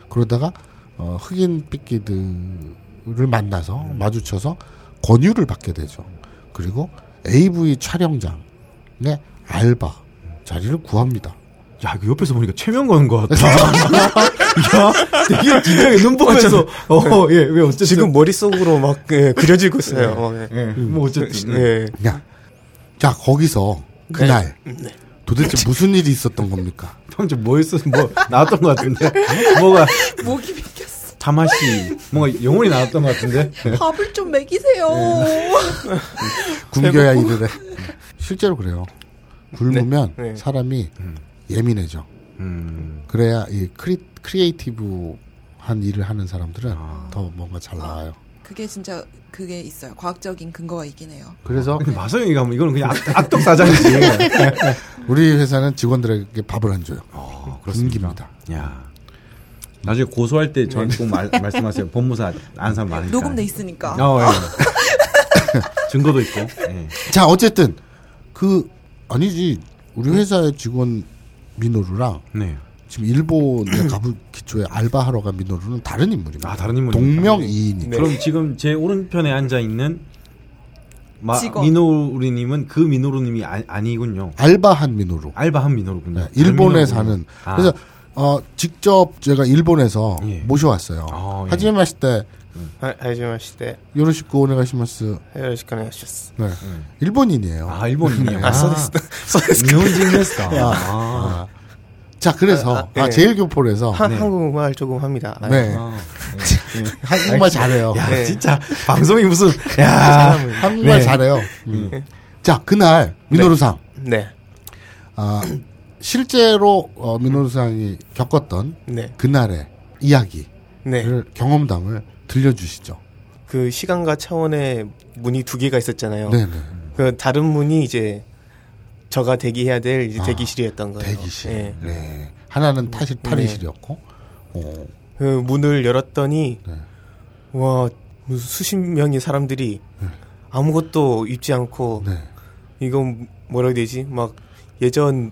그러다가 어, 흑인 삐끼들을 만나서 마주쳐서 권유를 받게 되죠. 그리고 AV 촬영장의 알바 자리를 구합니다.
야, 그 옆에서 보니까 최명건 것 같다. 야, 되게 긴장해. 눈 보면서. 어, 예, 왜 어쨌든.
지금 머릿속으로 막 예, 그려지고 있어요. 어,
네.
예.
예, 뭐 어쨌든.
예.
야, 자 거기서
네.
그날 도대체 무슨 일이 있었던 겁니까?
방금 뭐 했어? 뭐 나왔던 것 같은데. 뭐가
목이 비켰어.
자마씨 뭔가 영혼이 나왔던 것 같은데. 예.
밥을 좀 먹이세요.
예. 굶겨야 이르래. 실제로 그래요. 굶으면
네. 네.
사람이 예민해져.
음.
그래야 이 크리, 크리에이티브한 일을 하는 사람들은 더 뭔가 잘 나와요.
그게 진짜 그게 있어요. 과학적인 근거가 있긴 해요.
그래서
아, 근데 마서영이가 하면 이거는 그냥 악, 악덕 사장이지. 예.
우리 회사는 직원들에게 밥을 안 줘요.
어,
굶깁니다.
야. 나중에 고소할 때 저는 꼭 말, 말씀하세요. 법무사 안 사면 많으니까.
그러니까.
녹음돼 있으니까.
어, 예. 증거도 있고. 예.
자, 어쨌든 그 아니지 우리 회사의 직원 민호루랑
네.
지금 일본의 가부키초에 알바하러 간 민호루는 다른 인물입니다.
아, 다른 인물입니다.
동명이인이.
네.
그럼 지금 제 오른편에 앉아 있는 마,
직원.
미노루님은 그 미노루님이 아, 아니군요.
알바한 민호루.
알바한 미노루군요.
네, 일본에
알미노루.
사는
아.
그래서 어 직접 제가 일본에서
예.
모셔왔어요.
아, 예.
하지만 마실 때
하- 하지마시대.
요로시코 오네가시마스
하지마시카네 하셨어.
네. 일본인이에요.
음. 아 일본인이요.
아, 써냈어.
음.
미혼진데스다.
아. 자 그래서 아,
예.
네.
제일 교포에서
한 한국말 조금 합니다. 아,
네 한국말 잘해요.
아, 야
네.
진짜 방송이 무슨 야.
한국말
네.
잘해요. 음. 자 그날 민호루상
네.
아, 실제로 어, 민호루상이 겪었던
네.
그날의 이야기를
네.
경험담을 들려주시죠.
그 시간과 차원의 문이 두 개가
어.
있었잖아요.
네네.
그 다른 문이 이제 저가 대기해야 될 이제
아,
대기실이었던 거예요.
대기실.
예.
네. 하나는 탈실 탈의실이었고. 어.
그 문을 열었더니
네.
와 무슨 수십 명의 사람들이 아무것도 입지 않고
네.
이건 뭐라 해야 되지? 막 예전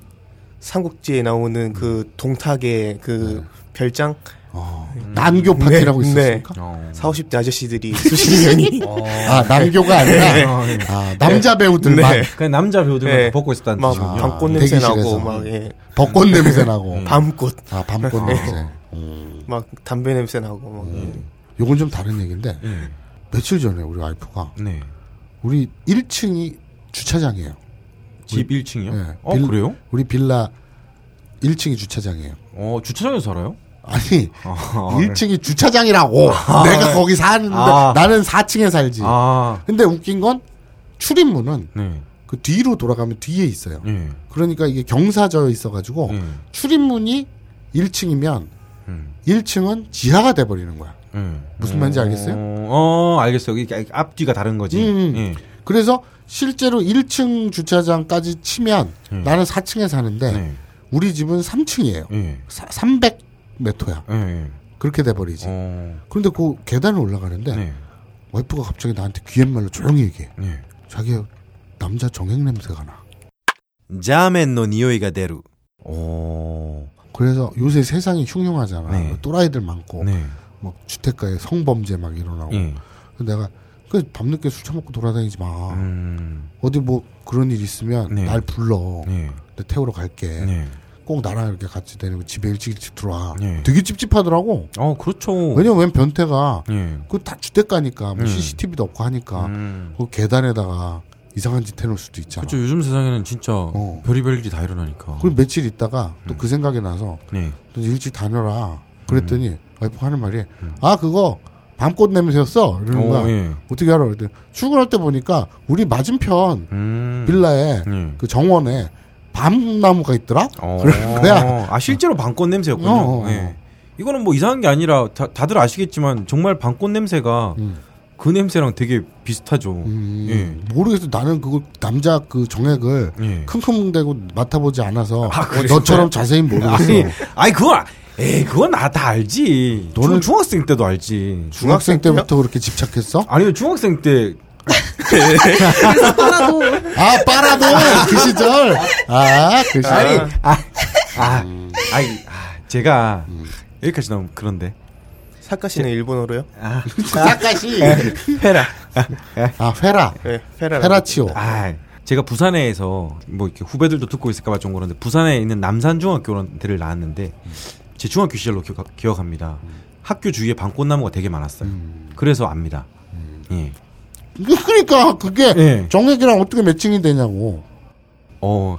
삼국지에 나오는 그
음.
동탁의 그
네.
별장
어. 남교 파티라고
네,
있었습니까?
어.
4, 50대 아저씨들이 수십 명이
아, 남교가 아니라
어, 예.
아, 남자 배우들만
네.
그냥 남자 배우들만
네.
다 벗고 있었다는
막
뜻이군요.
밤-
밤꽃 냄새
대기실에서. 음.
나고 막 예.
벚꽃 냄새 나고.
밤꽃
아, 밤꽃 냄새. 어.
막 담배 냄새 나고 막
요건 좀 다른 얘기인데
예.
며칠 전에 우리 와이프가
네.
우리 1층이 주차장이에요.
집 1층이요?
예.
어
빌-
그래요?
우리 빌라 1층이 주차장이에요.
어 주차장에서 살아요?
아니, 아.
아,
1층이 주차장이라고. 내가 거기 사는데
아.
나는 4층에 살지.
아.
근데 웃긴 건 출입문은
네.
그 뒤로 돌아가면 뒤에 있어요.
예.
그러니까 이게 경사져 있어가지고
예.
출입문이 1층이면
음.
1층은 지하가 돼버리는 거야.
예.
무슨 말인지 알겠어요?
어, 어, 알겠어요. 이게 앞뒤가 다른 거지.
음.
예.
그래서 실제로 1층 주차장까지 치면
음.
나는 4층에 사는데
네.
우리 집은 3층이에요.
예.
300m야.
예. 예.
그렇게 돼버리지.
어.
그런데 그 계단을 올라가는데
네.
와이프가 갑자기 나한테 귀옛말로 조용히 얘기해.
네.
자기 남자 정액 냄새가 나.
네. 자멘의 匂이가 出る. 오.
그래서 요새 세상이 흉흉하잖아.
네.
뭐 또라이들 많고
네.
막 주택가에 성범죄 막 일어나고.
예.
그래서 내가 그 밤늦게 술 처먹고 돌아다니지 마.
음.
어디 뭐 그런 일 있으면
네.
날 불러.
네.
내가 태우러 갈게.
네.
꼭 나랑 이렇게 같이 다니고 집에 일찍 일찍 들어와.
네.
되게 찝찝하더라고.
어, 그렇죠.
왜냐면 웬 변태가
예.
그 다 주택가니까 뭐
음.
CCTV도 없고 하니까
음.
그 계단에다가 이상한 짓 해놓을 수도 있잖아.
그렇죠. 요즘 세상에는 진짜
어.
별의별 일이 다 일어나니까.
그리고 며칠 있다가
음.
또 그 생각이 나서
네.
너 일찍 다녀라.
음.
그랬더니 와이프가 하는 말이 아 그거 밤꽃 냄새였어 이러는 거야.
어, 예.
어떻게 알아? 그랬더니 출근할 때 보니까 우리 맞은편
음.
빌라에
예.
그 정원에 밤나무가 있더라.
어.
그런 거야.
아, 실제로 방꽃 냄새였군요.
어, 어.
예. 이거는 뭐 이상한 게 아니라 다, 다들 아시겠지만 정말 방꽃 냄새가
음.
그 냄새랑 되게 비슷하죠.
음,
예.
모르겠어. 나는 그걸 남자 그 정액을
예.
킁킁대고 맡아보지 않아서 어,
아, 그래요?
너처럼 자세히 모르겠어.
아니, 아니 그건 아- 에이 그건 나 다 알지.
너는-
너는 중학생 때도 알지.
중학생 때부터 그렇게 집착했어?
아니요 중학생 때
하나도
아 빨아도 그 시절. 아그 시절.
아니 아, 아, 아니, 아 제가
음.
여기까지 나오면 그런데
사카시는 일본어로요?
아,
사카시.
페라
아 페라.
네, 페라.
페라치오.
아 제가 부산에서 뭐 이렇게 후배들도 듣고 있을까봐 좀 그런데 부산에 있는 남산중학교를 나왔는데 제 중학교 시절로 기억, 합니다 학교 주위에 방꽃나무가 되게 많았어요.
음.
그래서 압니다. 예.
그러니까 그게
예.
정액이랑 어떻게 매칭이 되냐고.
어.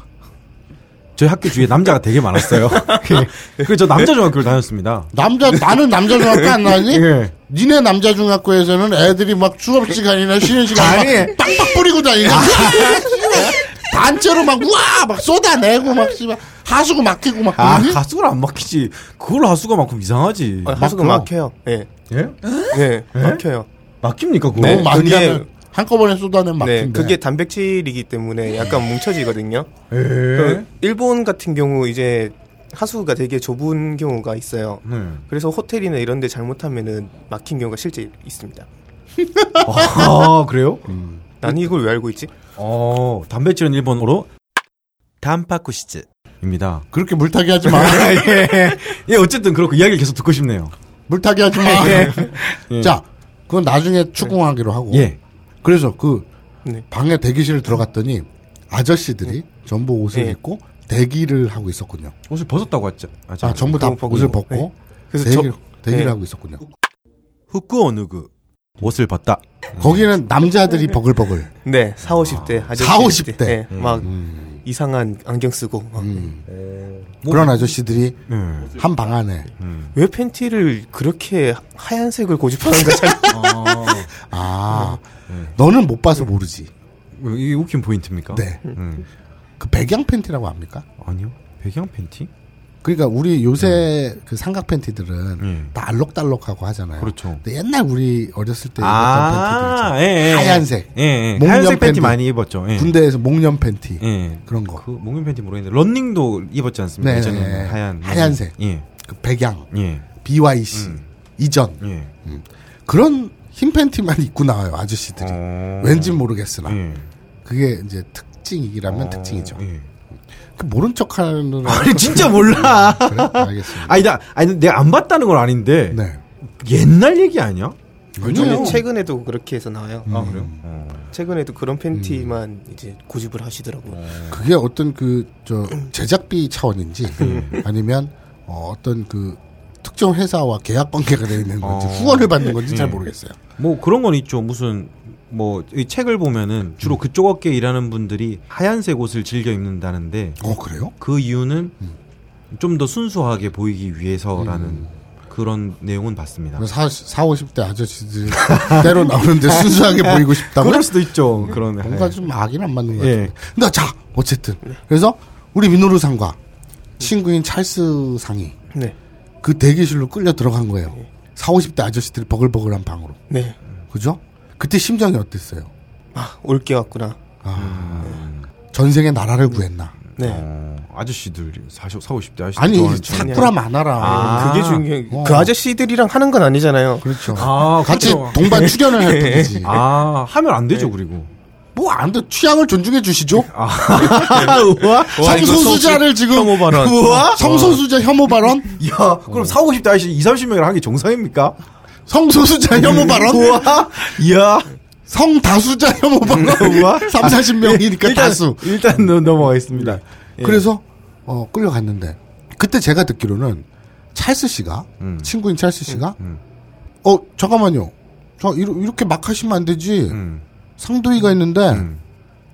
저희 학교 주위에 남자가 되게 많았어요. 예. 그래서 저 남자 중학교를 다녔습니다.
남자 나는 남자 중학교 안 나왔니?
예.
니네 남자 중학교에서는 애들이 막 수업 시간이나 쉬는 시간에 막 빡빡 뿌리고 다니고 단체로 막 우와 막 쏟아내고 막 씨발 하수구 막히고 막
아,
그러니?
가수를 안 막히지. 그걸 하수가 만큼 이상하지.
아, 하수가
막혀.
막혀요. 예.
예?
네, 막혀요.
막힙니까, 그거?
너무
네.
많이
그게-
하면 한꺼번에 쏟아내면 막힌데
네, 그게 단백질이기 때문에 약간 뭉쳐지거든요.
예.
그 일본 같은 경우 이제 하수가 되게 좁은 경우가 있어요.
네.
그래서 호텔이나 이런 데 잘못하면은 막힌 경우가 실제 있습니다.
아, 그래요?
음.
음.
난 이걸 왜 알고 있지?
어, 단백질은 일본어로 단파쿠시즈입니다.
그렇게 물타기 하지 마
네.
예. 예, 어쨌든 그렇고 이야기를 계속 듣고 싶네요.
물타기 하지
예.
네.
마자 그건 나중에 추궁하기로 하고
예.
그래서 그
네.
방에 대기실 들어갔더니 아저씨들이 전부 옷을
예.
입고 대기를 하고 있었군요
옷을 벗었다고 하죠. 아,
아, 전부 다
그거 벗고
옷을
있고.
벗고
그래서
대기를,
저-
대기를
예.
하고 있었군요
후쿠 오누구. 옷을 벗다.
거기는 남자들이 버글버글
네, 4, 50대 아저씨.
40, 50대. 음.
네, 막 이상한 안경 쓰고 막
음. 그런 아저씨들이
예.
한 방 안에
음.
왜 팬티를 그렇게 하- 하얀색을 고집하는가 잘
아 너는 못 봐서 모르지
이게 웃긴 포인트입니까?
네.
음.
그 백양 팬티라고 합니까?
아니요. 배경 팬티?
그러니까 우리 요새 그 삼각 팬티들은
음.
다 알록달록하고 하잖아요.
그렇죠.
근데 옛날 우리 어렸을 때 입었던
아,
팬티들
예,
있잖아요.
예.
하얀색
예, 예.
목련
하얀색 팬티
팬티.
많이 입었죠. 예.
군대에서 목련 팬티
예.
그런 거.
그
그,
목련 팬티 모르겠는데 런닝도 입었지 않습니까?
네,
예전에
네, 네.
하얀
하얀색.
예.
그 백양
예.
BYC
음.
이전
예.
그런 흰 팬티만 입고 나와요 아저씨들이.
어.
왠지 모르겠으나
예.
그게 이제 특징이라면 특징이죠.
예.
그 모른 척하는
아니 진짜 몰라.
그래? 알겠습니다.
아니 나 아니 내가 안 봤다는 건 아닌데
네.
옛날 얘기 아니야?
아니요.
요즘에 최근에도 그렇게 해서 나와요.
음.
아 그래요? 어.
최근에도 그런 팬티만 이제 고집을 하시더라고요.
그게 어떤 그 저 제작비 차원인지
음.
아니면 어, 어떤 그 특정 회사와 계약 관계가 되어 있는 건지
어.
후원을 받는 건지 잘
예.
모르겠어요.
뭐 그런 건 있죠. 무슨 뭐 이 책을 보면은 주로 그쪽 업계 일하는 분들이 하얀색 옷을 즐겨 입는다는데
어 그래요?
그 이유는 좀 더 순수하게 보이기 위해서라는 그런 내용은 봤습니다.
사, 4, 50대 아저씨들 때로 나오는데 순수하게 보이고 싶다고?
네. 그럴 수도 있죠. 그런
뭔가
예.
좀 악이랑 안 맞는 것
예.
같은데. 근데 자 어쨌든 그래서 우리 민호루 상과 친구인 찰스 상이
네,
그 대기실로 끌려 들어간 거예요. 4, 50대 아저씨들이 버글버글한 방으로.
네,
그죠? 그때 심정이 어땠어요?
아 올게 왔구나.
전생에 나라를 구했나?
네,
어, 아저씨들 40, 40, 50대 아저씨
아니,
좋아하는 친구.
자꾸라 많아라.
아.
그게 중요해.
어.
그 아저씨들이랑 하는 건 아니잖아요.
그렇죠.
아,
같이
그렇죠.
동반 출연을 할 뿐이지.
아 하면 안 되죠 그리고
뭐 안 돼. 취향을 존중해 주시죠.
우와.
성소수자를 지금
혐오 발언.
우와? 성소수자 혐오 발언?
야,
어.
그럼 사오고 싶다 하시 2, 30명이랑 한 게 정상입니까?
성소수자 혐오 발언?
우와. 이야.
성다수자 혐오 발언?
우와.
3, 40명이니까
일단,
다수.
일단 넘- 넘어가겠습니다. 예.
그래서 어, 끌려갔는데 그때 제가 듣기로는 찰스 씨가
음.
친구인 찰스 씨가
음,
어 잠깐만요. 저 이러- 이렇게 막 하시면 안 되지.
음,
상도의가 있는데
음.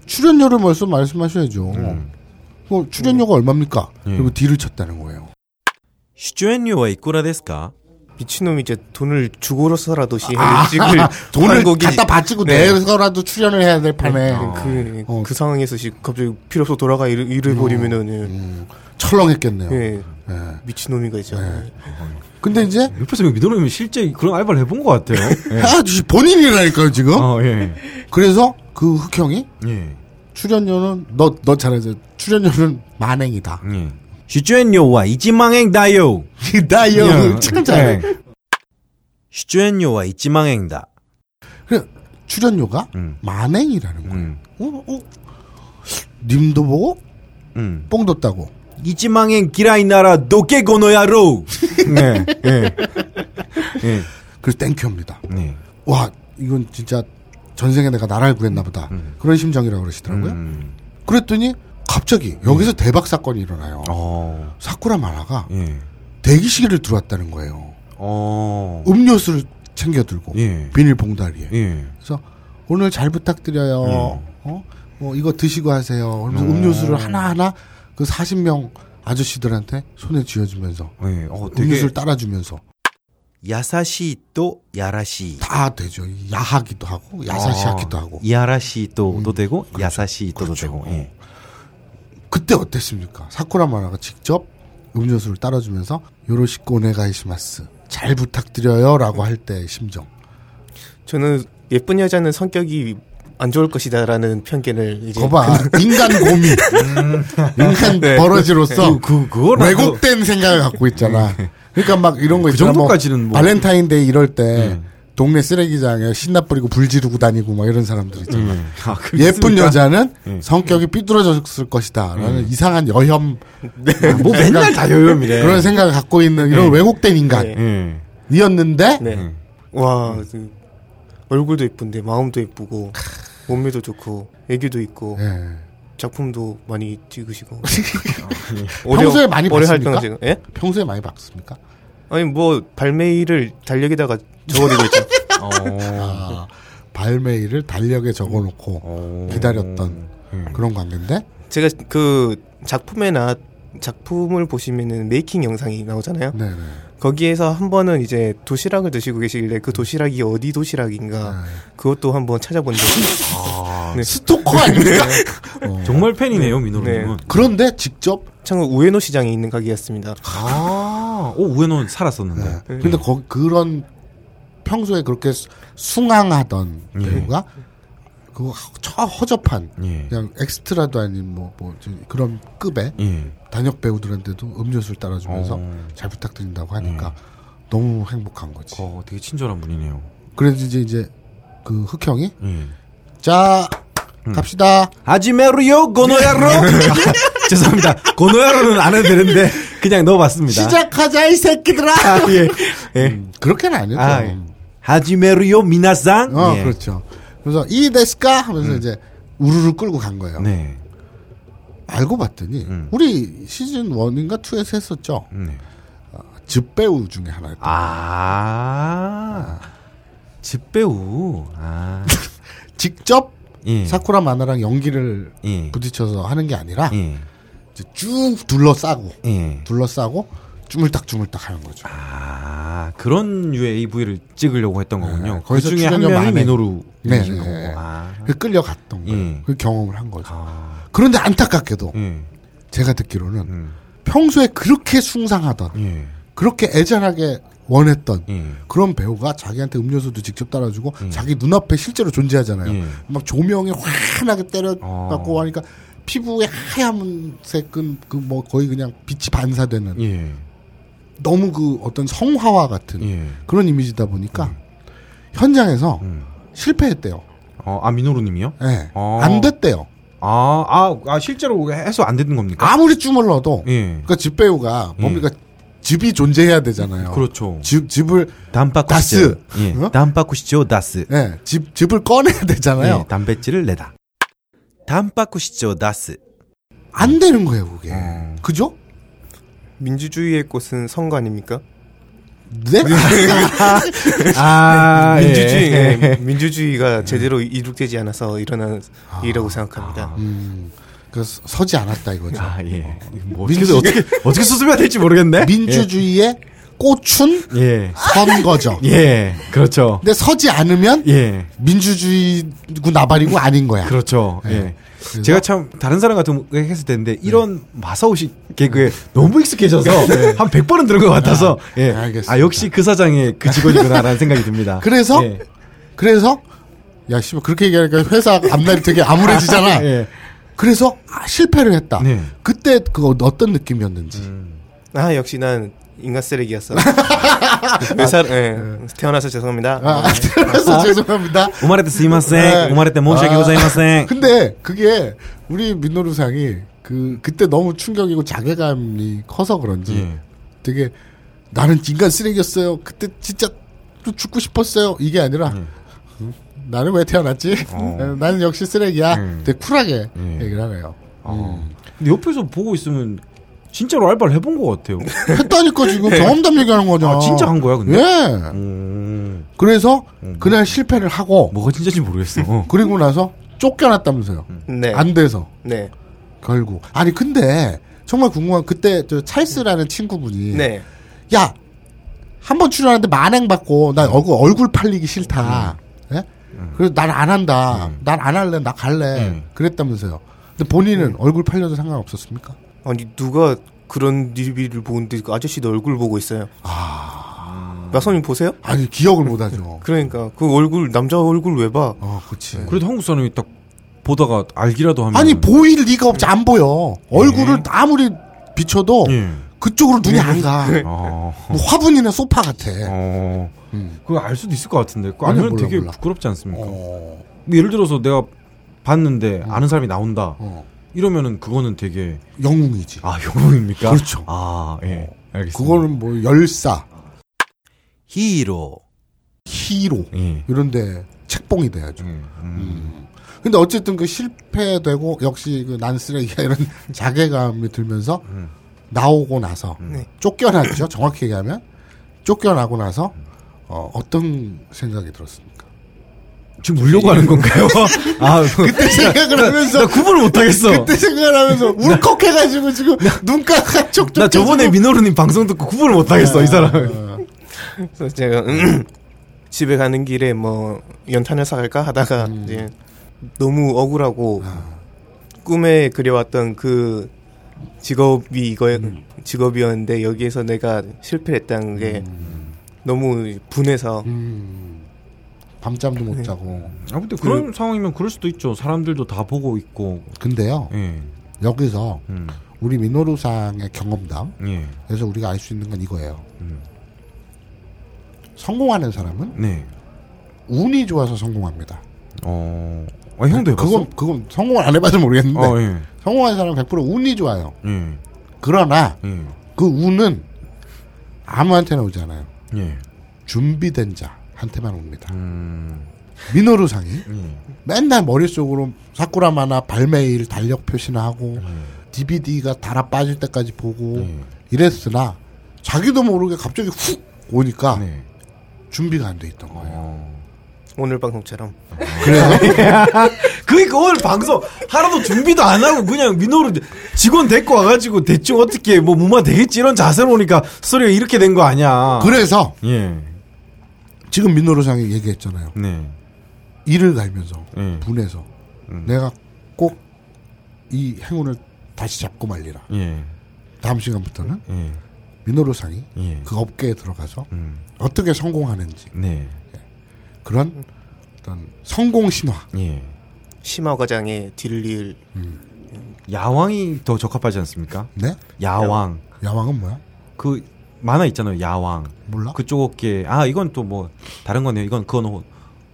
출연료를 벌써 말씀하셔야죠. 어,
음.
출연료가 얼마입니까?
예.
그리고 딜을 쳤다는 거예요.
出演料はいくらですか
미친놈이 이제 돈을 주고서라도 시행을 찍을
아. 돈을
한국이-
갖다 바치고
네.
내서라도 출연을 해야 될 판에
네.
그,
어.
그 상황에서 지- 갑자기 필요 없어 돌아가 이래, 이래 버리면은 예.
어.
철렁했겠네요.
예. 어.
예.
미친놈이가죠.
근데 이제
옆에서 믿어놓으면 실제 그런 알바를 해본 것 같아요. 예.
아, 본인이라니까요 지금.
어, 예.
그래서 그 흑형이
예.
출연료는 너 너 잘해서 출연료는 만행이다.
예. 출연료와 1만엔다요.
나요
예.
참 잘해.
출연료와 1만엔다.
그래, 출연료가
음.
만행이라는 거예요.
음.
어, 어? 님도 보고
음.
뽕 뒀다고.
1만엔 기라이나라 도깨고노야로. 네. 예. 예.
그래서 땡큐합니다.
네.
와 이건 진짜 전생에 내가 나라를 구했나 보다. 그런 심정이라고 그러시더라고요.
음.
그랬더니 갑자기 여기서 대박 사건이 일어나요.
어.
사쿠라 마라가
예.
대기실을 들어왔다는 거예요.
어.
음료수를 챙겨 들고
예.
비닐 봉다리에.
예.
그래서 오늘 잘 부탁드려요. 어? 뭐 이거 드시고 하세요. 그러면서
네.
음료수를 하나하나 그 40명 아저씨들한테 손에 쥐어주면서
예. 어,
음료수를 따라주면서
優しいとやらしい。
다 되죠. 야하기도 하고 야사시하기도 하고. 음, 그렇죠.
いやらしいと도 아. 되고 야사시도도 되고. 예.
그때 어땠습니까? 사쿠라 마라가 직접 음료수를 따라주면서 요로시코 오네가이시마스 잘 부탁드려요라고 할 때 심정.
저는 예쁜 여자는 성격이 안 좋을 것이다라는 편견을
예.
이제
거봐 인간 고미, 인간 버러지로서
음. 네. 그- 그거랑
왜곡된 생각을 갖고 있잖아. 그러니까 막 이런 거
그
있잖아.
정도까지는 뭐.
발렌타인데이 이럴 때 동네 쓰레기장에 신나 뿌리고 불 지르고 다니고 막 이런 사람들 있잖아.
아, 그렇습니까? 네. 음.
예쁜 여자는 성격이 삐뚤어졌을 것이다라는 이상한 여혐
뭐 맨날 다 요염이래. 네.
그런 생각을 갖고 있는 이런 왜곡된 인간이었는데
예.
네.
음.
와 그, 얼굴도 예쁜데 마음도 예쁘고 몸매도 좋고 애교도 있고
예.
작품도 많이 찍으시고
아, 평소에 많이
올해
봤습니까?
활동하시고 예?
평소에 많이 봤습니까?
아니 뭐 발매일을 달력에다가 적어두고 있죠.
아, 발매일을 달력에 적어놓고 기다렸던
네.
그런 관계인데
제가 그 작품에나 작품을 보시면은 메이킹 영상이 나오잖아요.
네네.
거기에서 한 번은 이제 도시락을 드시고 계시길래 그 도시락이 어디
아.
아.
도시락인가 그것도 한번 찾아본 적이 있어요. 네.
스토커 아닙니까?
네.
어.
예. 정말 팬이네요, 민호님은.
그런데 직접
참고 우에노 시장에 있는 가게였습니다.
아, 오 우에노는 살았었는데.
네. 근데 거, 그런 평소에 그렇게 수- 숭앙하던 배우가 그거 처 허접한
예.
그냥 엑스트라도 아닌 뭐, 뭐 저- 그런 급의
예.
단역 배우들한테도 음료수를 따라주면서
어.
잘 부탁드린다고 하니까 너무 행복한 거지.
어, 되게 친절한 분이네요.
그래서 이제 이제 그 흑형이
예.
자 갑시다.
하지메루요 고노야로. 아, 죄송합니다. 고노야로는 안 해도 되는데 그냥 넣어봤습니다.
시작하자 이 새끼들아.
아, 예. 예.
음, 그렇게는 아니었죠.
아, 예. 하지메루요 미나상.
어
예.
그렇죠. 그래서 이 데스까 하면서 이제 우르르 끌고 간 거예요.
네.
알고 봤더니
음.
우리 시즌 1인가 2에서 했었죠.
네.
즙 배우 중에 하나였다.
아. 집배우. 아.
직접
예.
사쿠라 마나랑 연기를
예.
부딪혀서 하는 게 아니라
예.
이제 쭉 둘러싸고
예.
둘러싸고 주물딱주물딱 하는 거죠.
아, 그런 유의 AV를 찍으려고 했던 거군요.
네,
그
거기서
중에 한
출연료
명이
만회.
민호루.
네,
이신
네,
거고.
네.
아.
그 끌려갔던 거예요.
예.
그 경험을 한 거죠.
아.
그런데 안타깝게도
예.
제가 듣기로는
음.
평소에 그렇게 숭상하던
예.
그렇게 애절하게 원했던
예.
그런 배우가 자기한테 음료수도 직접 따라주고 자기 눈앞에 실제로 존재하잖아요.
예.
막 조명이 환하게 때려갖고
어.
하니까 피부에 하얀색은 그 뭐 거의 그냥 빛이 반사되는
예.
너무 그 어떤 성화화 같은
예. 음.
그런 이미지다 보니까 현장에서 실패했대요.
어. 어, 아 민호루님이요?
예.
음. 아.
안 됐대요.
아, 아, 아 실제로 해서 안 되는 겁니까?
아무리 주물러도
그러니까 예,
그러니까 집 배우가 뭡니까 집이 존재해야 되잖아요.
그렇죠.
집 집을
담바쿠시죠.
다스.
예,
어?
담바쿠시죠 다스.
예, 집 집을 꺼내야 되잖아요.
예, 담뱃질을 내다. 담바쿠시죠 다스.
안 되는 거예요, 그게.
어.
그죠?
민주주의의 꽃은 선거 아닙니까?
네?
아,
민주주의 예, 민주주의가 제대로 이룩되지 않아서 일어난 일이라고 생각합니다.
음, 그 서지 않았다 이거죠.
아, 예.
어.
뭐
민주-
어떻게 어떻게 수습해야 될지 모르겠네.
민주주의의 꽃은
예.
선거죠.
예. 예. 그렇죠.
근데 서지 않으면
예.
민주주의고 나발이고 아닌 거야.
그렇죠.
예.
예.
그래서 네.
제가 참 다른 사람 같은 거 했을 텐데 이런 마사오식 개그에 너무 익숙해져서 한 100번은 들은 것 같아서 예.
네. 알겠습니다.
아, 역시 그 사장의 그 직원이구나라는 생각이 듭니다.
그래서?
예.
그래서 야 씨발 뭐 그렇게 얘기하니까 회사 앞날이 되게 암울해지잖아.
예.
그래서 아, 실패를 했다.
네. 음.
그때 그 어떤 느낌이었는지.
아 역시 난 인간 쓰레기였어. 회사 예, 태어나서 죄송합니다.
아, 그래서 죄송합니다.
오마레테 스이마센.
네.
오마레테 모시기
아.
고자이마센.
근데 그게 우리 민노루상이 그 그때 너무 충격이고 자괴감이 커서 그런지
예.
되게 나는 인간 쓰레기였어요. 그때 진짜 또 죽고 싶었어요. 이게 아니라 음, 나는 왜 태어났지?
예. 어.
나는 역시 쓰레기야.
음.
되게 쿨하게
예.
얘기를 하네요.
어. 근데 옆에서 보고 있으면 진짜로 알바를 해본 것 같아요.
했다니까 지금 경험담 얘기하는 거잖아.
예. 아, 진짜 한 거야, 근데?
예.
음.
그래서 그날 실패를 하고
뭐가 진짜인지 모르겠어.
그리고 나서 쫓겨났다면서요.
네,
안 돼서.
네,
결국 아니 근데 정말 궁금한 그때 저 찰스라는 친구분이
네.
야 한 번 출연하는데 만행 받고 나 얼굴 얼굴 팔리기 싫다.
음.
예? 그래서 난 안 한다. 난 안 할래. 나 갈래.
음.
그랬다면서요. 근데 본인은 얼굴 팔려도 상관없었습니까?
아니 누가 그런 리뷰를 보는데 그 아저씨도 얼굴 보고 있어요. 아, 마선님 보세요?
아니 기억을 못 하죠.
그러니까 그 얼굴 남자 얼굴 왜 봐?
어, 그렇지.
아, 그래도 한국 사람이 딱 보다가 알기라도 하면
아니 보일 리가 없지 안 보여. 얼굴을 아무리 비춰도
예.
그쪽으로 눈이 안 가.
어.
뭐 화분이나 소파 같아.
어.
음.
그거 알 수도 있을 것 같은데. 그거
네. 아니야,
알면
몰라,
되게
몰라.
부끄럽지 않습니까?
어. 음.
예를 들어서 내가 봤는데 아는 사람이 나온다.
어.
이러면은 그거는 되게
영웅이지.
아, 영웅입니까?
그렇죠.
아, 예. 알겠습니다.
그거는 뭐 열사,
히로.
히로
예.
이런데 책봉이 돼야죠.
음. 음.
근데 어쨌든 그 실패되고 역시 그 난 쓰레기야 이런 자괴감이 들면서
음.
나오고 나서
네.
쫓겨났죠. 정확히 얘기하면 쫓겨나고 나서 어, 어떤 생각이 들었습니까?
지금 울려고 하는 건가요? 아, 그때
생각을 하면서
나 구분을 못 하겠어.
그때 생각을 하면서 울컥해가지고 지금 눈가가 촉촉.
나
뭐
저번에 민호루님 방송 듣고 구분을 못
아.
하겠어, 이 사람.
그래서 제가 음, 집에 가는 길에 뭐 연탄을 사갈까 하다가 이제 너무 억울하고 꿈에 그려왔던 그 직업이 이거 직업이었는데 여기에서 내가 실패했다는 게 너무 분해서
음, 밤잠도 못 자고.
아, 근데 그런 상황이면 그럴 수도 있죠. 사람들도 다 보고 있고.
근데요
예.
여기서
음.
우리 민호루상의 경험담
예.
그래서 우리가 알 수 있는 건 이거예요.
음.
성공하는 사람은
네.
운이 좋아서 성공합니다.
어. 아, 형도 해봤어?
그건 그건 성공을 안 해봐서 모르겠는데
어, 예.
성공하는 사람은 100% 운이 좋아요.
예.
그러나
예.
그 운은 아무한테나 오지 않아요.
예.
준비된 자한테만 옵니다.
음.
민호루상이
예.
맨날 머릿속으로 사쿠라마나 발매일 달력 표시나 하고
음.
DVD가 달아 빠질 때까지 보고
네.
이랬으나 자기도 모르게 갑자기 훅 오니까
네.
준비가 안 돼 있던 거예요.
어.
오늘 방송처럼
그니까 그러니까 오늘 방송 하나도 준비도 안 하고 그냥 민호로 직원 데리고 와가지고 대충 어떻게 뭐 무마 되겠지 이런 자세로 오니까 소리가 이렇게 된 거 아니야.
그래서
예.
지금 민노루상이 얘기했잖아요.
네.
일을 갈면서
예.
분해서
음.
내가 꼭 이 행운을 다시 잡고 말리라.
예.
다음 시간부터는
예.
민노루상이
예.
그 업계에 들어가서
음.
어떻게 성공하는지
네.
그런 어떤 성공 신화.
예.
심화 과장의 딜릴
야왕이 더 적합하지 않습니까?
네?
야왕.
야왕은 뭐야?
그 만화 있잖아요. 야왕.
몰라?
그쪽 어깨. 아, 이건 또 뭐 다른 거네요. 이건 그건 호,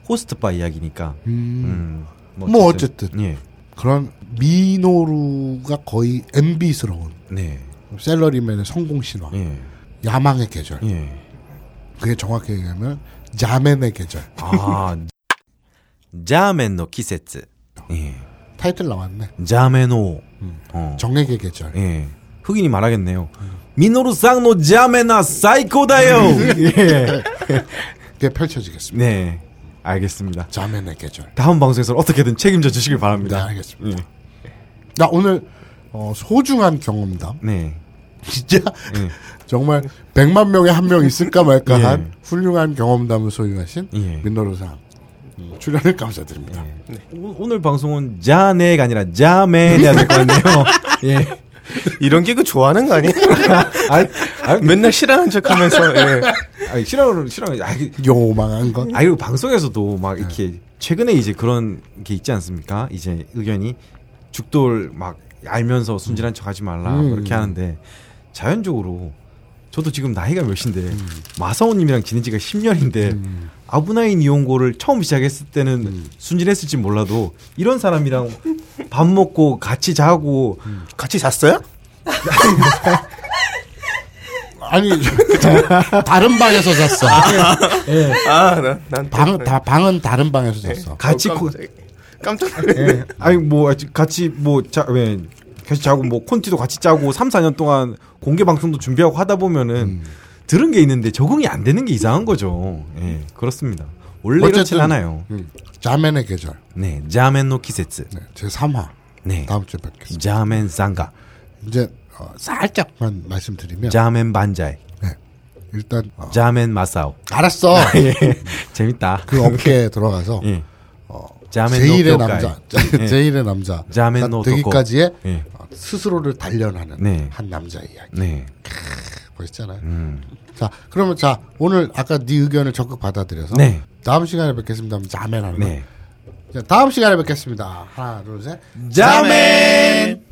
호스트바 이야기니까.
음.
음,
뭐 어쨌든.
예,
그런 미노루가 거의 MB스러운
네,
셀러리맨의 성공 신화,
예,
야망의 계절.
예.
그게 정확히 얘기하면 자맨의 계절.
아, 자메노 기세츠. 예,
타이틀 나왔네.
자메노. 어,
정액의 계절.
예. 흑인이 말하겠네요. 미노루상노 자메나 사이코다요. 예.
그게 예. 펼쳐지겠습니다.
네, 알겠습니다.
자맨의 계절.
다음 방송에서 어떻게든 책임져 주시길
네,
바랍니다. 예.
알겠습니다. 나 오늘 어, 소중한 경험담.
네,
진짜
예.
정말 100만 명에 한 명 있을까 말까한
예.
훌륭한 경험담을 소유하신
예.
민노루상 음, 출연을 감사드립니다.
오- 오늘 방송은 자네가 아니라 자매네야 될 것 같네요. 예.
이런 개그 좋아하는 거 아니에요? 그
아이, 아이,
맨날 싫어하는 척하면서 예.
아이, 싫어요, 싫어요. 아이,
요망한 것.
아이, 그리고 방송에서도
네.
막 이렇게 최근에 이제 그런 게 있지 않습니까? 이제 의견이 죽돌 막 알면서 순진한 척 하지 말라.
음.
그렇게 하는데 자연적으로 저도 지금 나이가 몇인데
음.
마사오님이랑 지낸 지가 10년인데 아브나인 이용고를 처음 시작했을 때는 순진했을지 몰라도 이런 사람이랑 밥 먹고 같이 자고
음.
같이 잤어요?
아니 다른 방에서 잤어.
아.
아난난
방, 다, 방은 다른 방에서
예.
잤어.
같이 코,
깜짝 놀랐어요.
예. 아니 뭐 아직 같이 뭐자 왜. 같이 자고 뭐 콘티도 같이 짜고 3, 4년 동안 공개 방송도 준비하고 하다 보면은
음.
들은 게 있는데 적응이 안 되는 게 이상한 거죠. 예. 그렇습니다. 원래 이렇진 않아요.
음, 자맨의 계절
네. 자멘 노키세츠.
네, 제 3화
네.
다음 주에 뵙겠습니다.
자멘 상가.
이제 어, 살짝만 말씀드리면
자멘 반자이.
일단 어,
자멘 마사오.
알았어.
재밌다.
예. 그 업계에 들어가서
예. 자멘
제1의
노교가이.
남자, 제1의 남자
자멘 노
되기까지의
예.
어, 스스로를 단련하는
네.
한 남자 이야기
네.
멋있잖아요.
음.
자, 그러면 자 오늘 아까 네 의견을 적극 받아들여서
네.
다음 시간에 뵙겠습니다. 하면 자맨 하는 거.
네.
자, 다음 시간에 뵙겠습니다. 하나, 둘, 셋.
자멘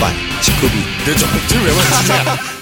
반, 직구비, 늦어, 들왜 맞추냐?